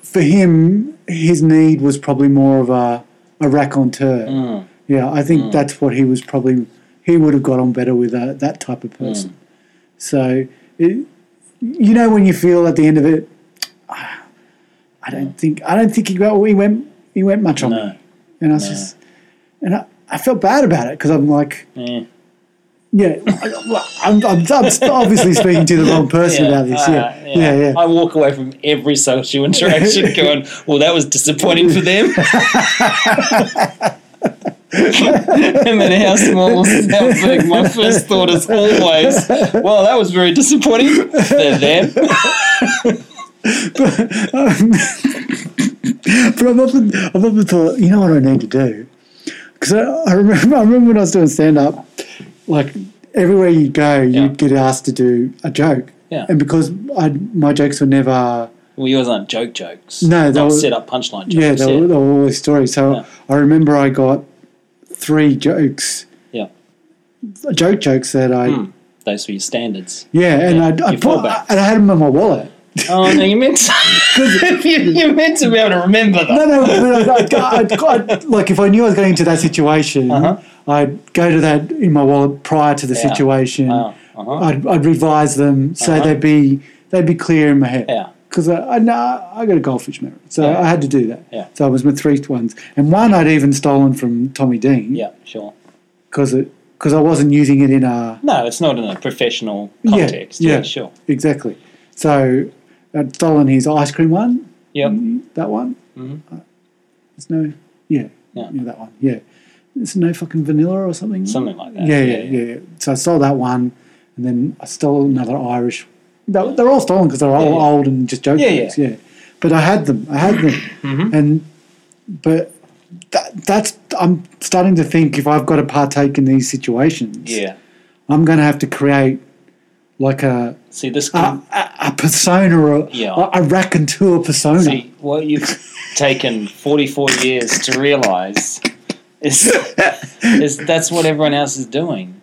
C: for him, his need was probably more of a a raconteur.
D: Mm.
C: Yeah, I think that's what he was probably he would have got on better with uh that type of
D: Mm.
C: person. So it, you know when you feel at the end of it, "Ah, I don't think I don't think he got he went he went much on
D: No.
C: me, and I was just and I, I felt bad about it because I'm like.
D: Yeah.
C: Yeah, I- I'm, I'm, I'm obviously speaking to the wrong person about this.
D: ah,
C: Yeah, yeah, yeah.
D: I walk away from every social interaction going, well, that was disappointing for them. no matter how small or how big, my first thought is always, well, that was very disappointing for them.
C: But I'm often, I've often thought, you know what I need to do? Because I, I remember, I remember when I was doing stand up, like everywhere you go,
D: Yeah.
C: you'd get asked to do a joke.
D: Yeah.
C: And because I, my jokes were never,
D: Well, yours aren't joke jokes.
C: No, they
D: not
C: were-
D: set up punchline jokes.
C: yeah, they, Were,
D: yeah.
C: they were always stories. So
D: Yeah.
C: I remember I got three jokes,
D: Yeah.
C: joke jokes that I,
D: Those were your standards.
C: yeah, and
D: Hmm. Yeah,
C: I, I
D: your
C: put,
D: fallbacks.
C: and I had them in my wallet.
D: Oh, no, you meant to, you, you meant to be able to remember them.
C: No, no, but I'd, I'd, I'd, I'd, like if I knew I was going into that situation,
D: Uh-huh.
C: I'd go to that in my wallet prior to the
D: Yeah.
C: situation.
D: Wow. Uh-huh.
C: I'd, I'd revise them so
D: Uh-huh.
C: they'd be they'd be clear in my head.
D: Yeah.
C: Because I, I know I got a goldfish memory, so
D: Yeah.
C: I had to do that.
D: Yeah.
C: So it was my three ones, and one I'd even stolen from Tommy Dean.
D: Yeah, sure.
C: Because it because I wasn't using it in a
D: No, it's not in a professional
C: Yeah,
D: context. Yeah,
C: yeah.
D: sure.
C: exactly. So I'd stolen his ice cream one,
D: Yep.
C: that one.
D: Mhm.
C: Uh, There's no, yeah,
D: Yeah.
C: yeah, that one, yeah. There's no fucking vanilla or something.
D: Something like that.
C: Yeah, yeah, yeah, yeah. So I stole that one, and then I stole another Irish. They're, they're all stolen because they're all
D: yeah.
C: old and just joke
D: Yeah, yeah. Mm-hmm.
C: jokes. Yeah. But I had them. I had them, and but that, that's I'm starting to think if I've got to partake in these situations,
D: Yeah.
C: I'm going to have to create like a
D: See, this
C: a,
D: could
C: a, a persona or
D: Yeah.
C: a, a raconteur persona.
D: see what you've taken 44 years to realize is, is that's what everyone else is doing.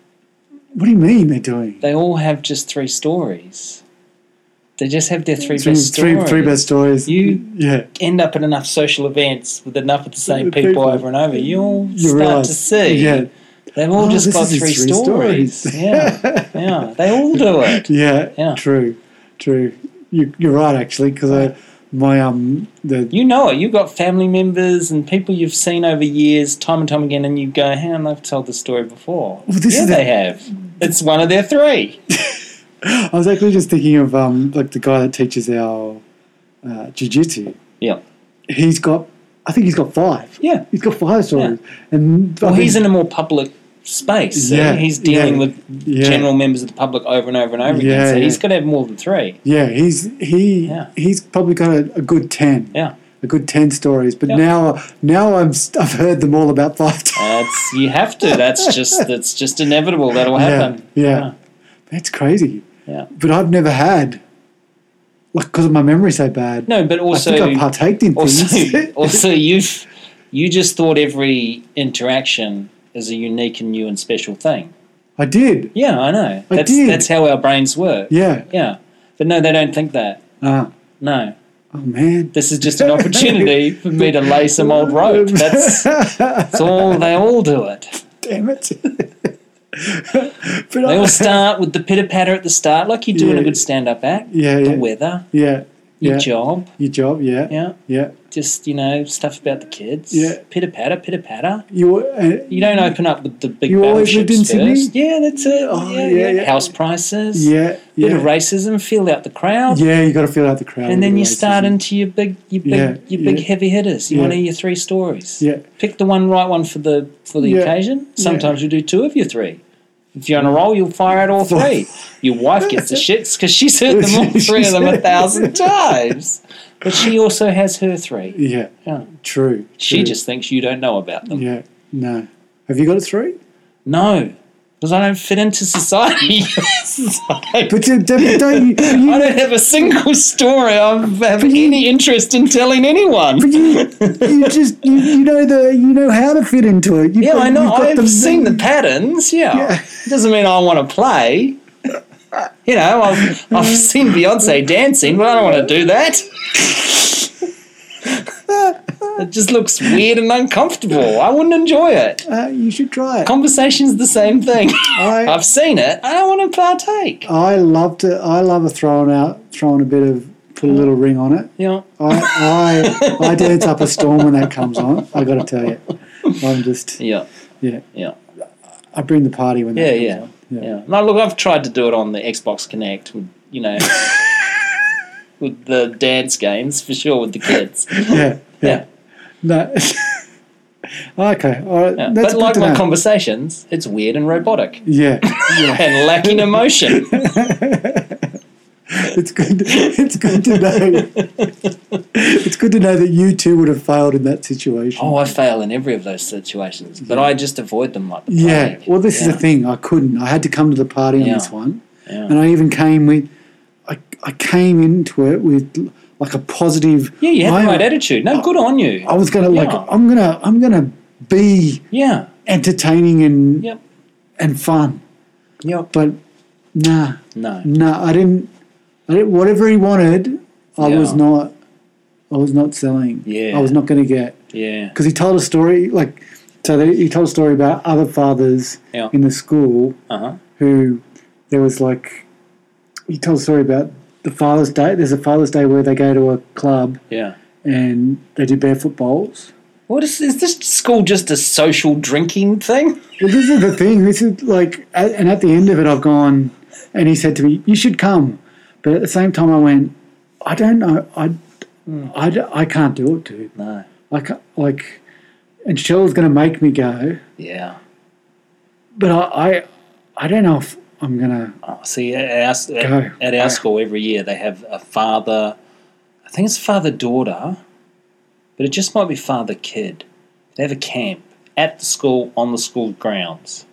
C: What do you mean they're doing?
D: They all have just three stories. They just have their three,
C: Three,
D: best
C: three,
D: stories.
C: three best stories.
D: You-
C: yeah,
D: End up at enough social events with enough of the same
C: With
D: people,
C: people.
D: over and over. You'll
C: you
D: start
C: realise.
D: to see
C: Yeah,
D: they've all
C: Oh,
D: just
C: this
D: got
C: is his
D: three,
C: three
D: stories.
C: stories.
D: yeah, yeah. They all do it.
C: yeah,
D: Yeah.
C: True, true. You, you're right actually because I my um the
D: You know it. You've got family members and people you've seen over years, time and time again, and you go, "Hang on, I've told this story before."
C: Well, this
D: yeah,
C: is
D: they
C: a-
D: have. It's one of their three.
C: I was actually just thinking of um like the guy that teaches our uh, jujitsu.
D: Yeah.
C: He's got I think he's got five.
D: Yeah.
C: He's got five stories, and I
D: Well,
C: think-
D: he's in a more public space. so
C: Yeah,
D: He's dealing
C: yeah,
D: with
C: yeah.
D: general members of the public over and over and over
C: Yeah,
D: again. So
C: yeah.
D: he's got to have more than three.
C: yeah he's he
D: Yeah.
C: he's probably got a, a good ten.
D: Yeah.
C: a good ten stories. But
D: Yep.
C: now, now I'm I've heard them all about five times.
D: That's you have to. That's just that's just inevitable. That'll
C: Yeah,
D: happen.
C: yeah, that's crazy.
D: Yeah.
C: But I've never had, like, because my memory's so bad.
D: No, but
C: I
D: also
C: think I partaked in
D: also,
C: things.
D: also you've you just thought every interaction is a unique and new and special thing.
C: I did.
D: Yeah, I know.
C: I
D: That's
C: did.
D: that's how our brains work.
C: Yeah.
D: Yeah. But no, they don't think that.
C: Ah.
D: No.
C: oh man.
D: This is just an opportunity for me to lay some old rope. That's, that's all they all do it.
C: Damn it. but
D: They
C: I,
D: all start with the pitter patter at the start, like you do in a
C: Yeah.
D: good stand up act.
C: Yeah,
D: The
C: yeah.
D: weather,
C: yeah.
D: your
C: Yeah.
D: job,
C: Your job, yeah,
D: yeah,
C: yeah.
D: just you know stuff about the kids,
C: Yeah.
D: pitter patter, pitter patter.
C: You uh,
D: You don't open up with the big
C: You always lived
D: battleships
C: in Sydney?
D: first. Yeah, that's it.
C: Oh,
D: yeah,
C: yeah,
D: yeah,
C: yeah.
D: House prices,
C: yeah,
D: bit of
C: yeah,
D: racism, feel out the crowd.
C: yeah. You got to feel out the crowd,
D: And then
C: with
D: you
C: the
D: start
C: racism.
D: into your big, your big,
C: Yeah,
D: your big
C: yeah.
D: heavy hitters. You
C: Yeah.
D: want to hear your three stories.
C: Yeah.
D: Pick the one right one for the for the
C: Yeah.
D: occasion. Sometimes you do two of your three. If you're on a roll, you'll fire out all three. Your wife gets the shits because she's heard them all three of them a thousand times, but she also has her three.
C: Yeah,
D: Yeah.
C: true.
D: She
C: true.
D: just thinks you don't know about them.
C: yeah. No, have you got it three?
D: No, because I don't fit into society. Society.
C: But you, don't don't you?
D: I
C: you
D: don't have a single story I have any interest in telling anyone.
C: you just you, you know the you know how to fit into it. You've
D: Yeah,
C: got-
D: I
C: you've
D: know.
C: got
D: I've seen the patterns. Yeah.
C: Yeah.
D: It doesn't mean I want to play. You know, I've, I've seen Beyonce dancing, but I don't want to do that. it just looks weird and uncomfortable. I wouldn't enjoy it.
C: Uh, you should try it.
D: Conversation's the same thing.
C: I,
D: I've seen it. I don't want to partake.
C: I loved it. I love a throwing out, throwing a bit of, put a little ring on it.
D: You know,
C: I, I, I dance up a storm when that comes on. I got to tell you, I'm just
D: yeah,
C: yeah.
D: yeah,
C: I bring the party when that
D: yeah,
C: comes
D: yeah,
C: on. Yeah.
D: yeah. No, look, I've tried to do it on the Xbox Connect. With, you know, with the dance games for sure with the kids.
C: yeah, yeah,
D: Yeah.
C: No. okay, all right.
D: Yeah,
C: That's
D: but like my
C: my
D: conversations, it's weird and robotic
C: yeah, yeah.
D: and lacking emotion.
C: It's good. It's good to know. It's good to know that you two would have failed in that situation.
D: oh, I fail in every of those situations, but I just avoid them like the
C: Yeah.
D: plague.
C: Well, this is
D: Yeah,
C: the thing. I couldn't. I had to come to the party on
D: Yeah.
C: this one,
D: yeah.
C: and I even came with. I, I came into it with like a positive.
D: Yeah, you had
C: I-
D: the right attitude. No, good on you.
C: Uh, I was gonna like.
D: Yeah.
C: I'm gonna. I'm gonna be
D: Yeah.
C: entertaining and
D: Yep.
C: and fun.
D: Yep.
C: But nah,
D: No.
C: nah. I didn't. I didn't. Whatever he wanted, I
D: Yeah.
C: was not. I was not selling.
D: Yeah.
C: I was not gonna get.
D: Yeah.
C: because he told a story like so they, he told a story about other fathers
D: Yeah.
C: in the school
D: Uh-huh.
C: who there was like he told a story about the father's day there's a father's day where they go to a club
D: Yeah.
C: and they do barefoot bowls
D: What is is this school just a social drinking thing?
C: well this is the thing this is like a- and at the end of it i've gone and he said to me you should come but at the same time i went i don't know i I, d- I can't do it dude
D: No.
C: I can't, like and Shell's going to make me go
D: Yeah.
C: but I, I, I don't know if I'm gonna.
D: Oh, see, at
C: Go.
D: our, at, at
C: Go.
D: our school every year they have a father. I think it's father daughter, but it just might be father kid. They have a camp at the school on the school grounds,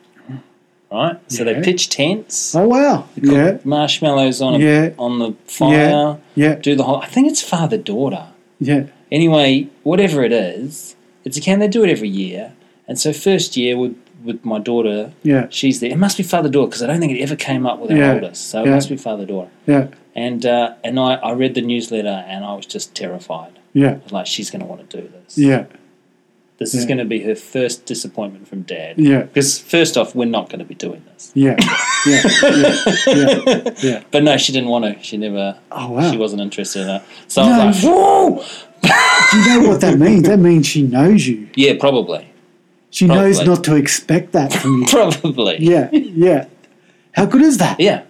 D: right? So
C: Yeah.
D: they pitch tents,
C: Oh wow! Yeah,
D: marshmallows on a,
C: Yeah.
D: on the fire,
C: yeah,
D: do the whole. I think it's father daughter.
C: yeah,
D: Anyway, whatever it is, it's a camp. They do it every year, and so first year with with my daughter,
C: yeah,
D: she's there. It must be father daughter because I don't think it ever came up with our
C: Yeah.
D: oldest, so it
C: Yeah.
D: must be father daughter.
C: yeah,
D: And uh, and I, I read the newsletter and I was just terrified.
C: yeah,
D: I was like, she's going to want to do this.
C: yeah,
D: This is
C: Yeah.
D: going to be her first disappointment from dad.
C: Yeah.
D: Because first off, we're not going to be doing this.
C: yeah, yeah, yeah, yeah, yeah.
D: But no, she didn't want to. She never.
C: Oh wow!
D: She wasn't interested in that. So
C: No,
D: I was like, whoa.
C: Do you know what that means? That means she knows you.
D: Yeah, probably,
C: She knows
D: Probably.
C: not to expect that from you.
D: probably.
C: Yeah, yeah. How good is that?
D: Yeah.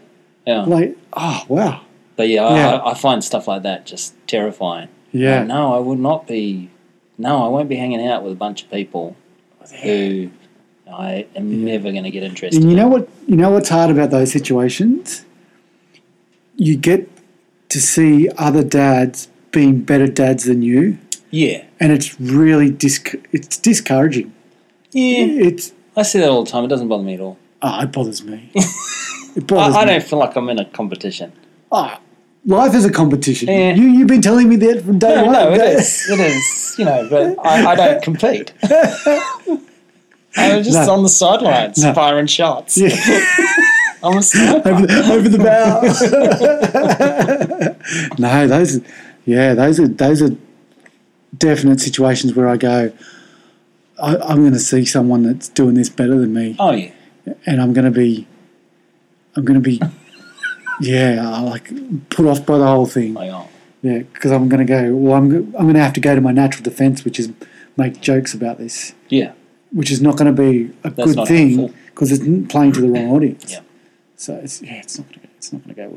D: Yeah.
C: Like, oh wow!
D: but yeah,
C: Yeah.
D: I, I find stuff like that just terrifying.
C: Yeah,
D: Like, no, I will not be. No, I won't be hanging out with a bunch of people who I am never going to get interested.
C: and you know what? You know what's hard about those situations? You get to see other dads being better dads than you.
D: Yeah.
C: and it's really disc- it's discouraging.
D: Yeah.
C: It's
D: I see that all the time. It doesn't bother me at all.
C: oh, it bothers me. It bothers
D: I, I
C: me.
D: don't feel like I'm in a competition.
C: Oh, life is a competition.
D: Yeah.
C: You you've been telling me that from day
D: No,
C: one.
D: no, it is. It is, you know, but I, I don't compete. I'm just
C: No.
D: on the sidelines
C: No.
D: firing shots.
C: Yeah,
D: I'm a
C: over,
D: sniper.
C: the, over the bow. no, those, yeah, those are those are definite situations where I go. I, I'm going to see someone that's doing this better than me,
D: Oh, yeah.
C: and I'm going to be, I'm going to be, yeah, I like put off by the whole thing.
D: I am.
C: Yeah, because I'm going to go. Well, I'm go- I'm going to have to go to my natural defence, which is make jokes about this,
D: Yeah.
C: which is not going to be a
D: That's
C: good
D: not
C: thing
D: helpful.
C: because it's n- playing to the wrong audience.
D: Yeah.
C: So it's yeah, it's not going to it's not going to go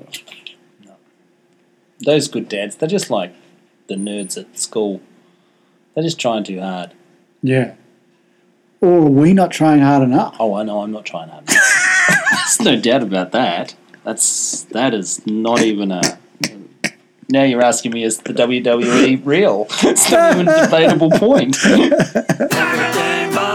C: well.
D: Those good dads, they're just like the nerds at school. They're just trying too hard.
C: Yeah. Or are we not trying hard enough?
D: Oh, I know, I'm not trying hard. There's no doubt about that. That's that is not even a. Now you're asking me is the E WWE real? It's not even a debatable point.
B: Everything but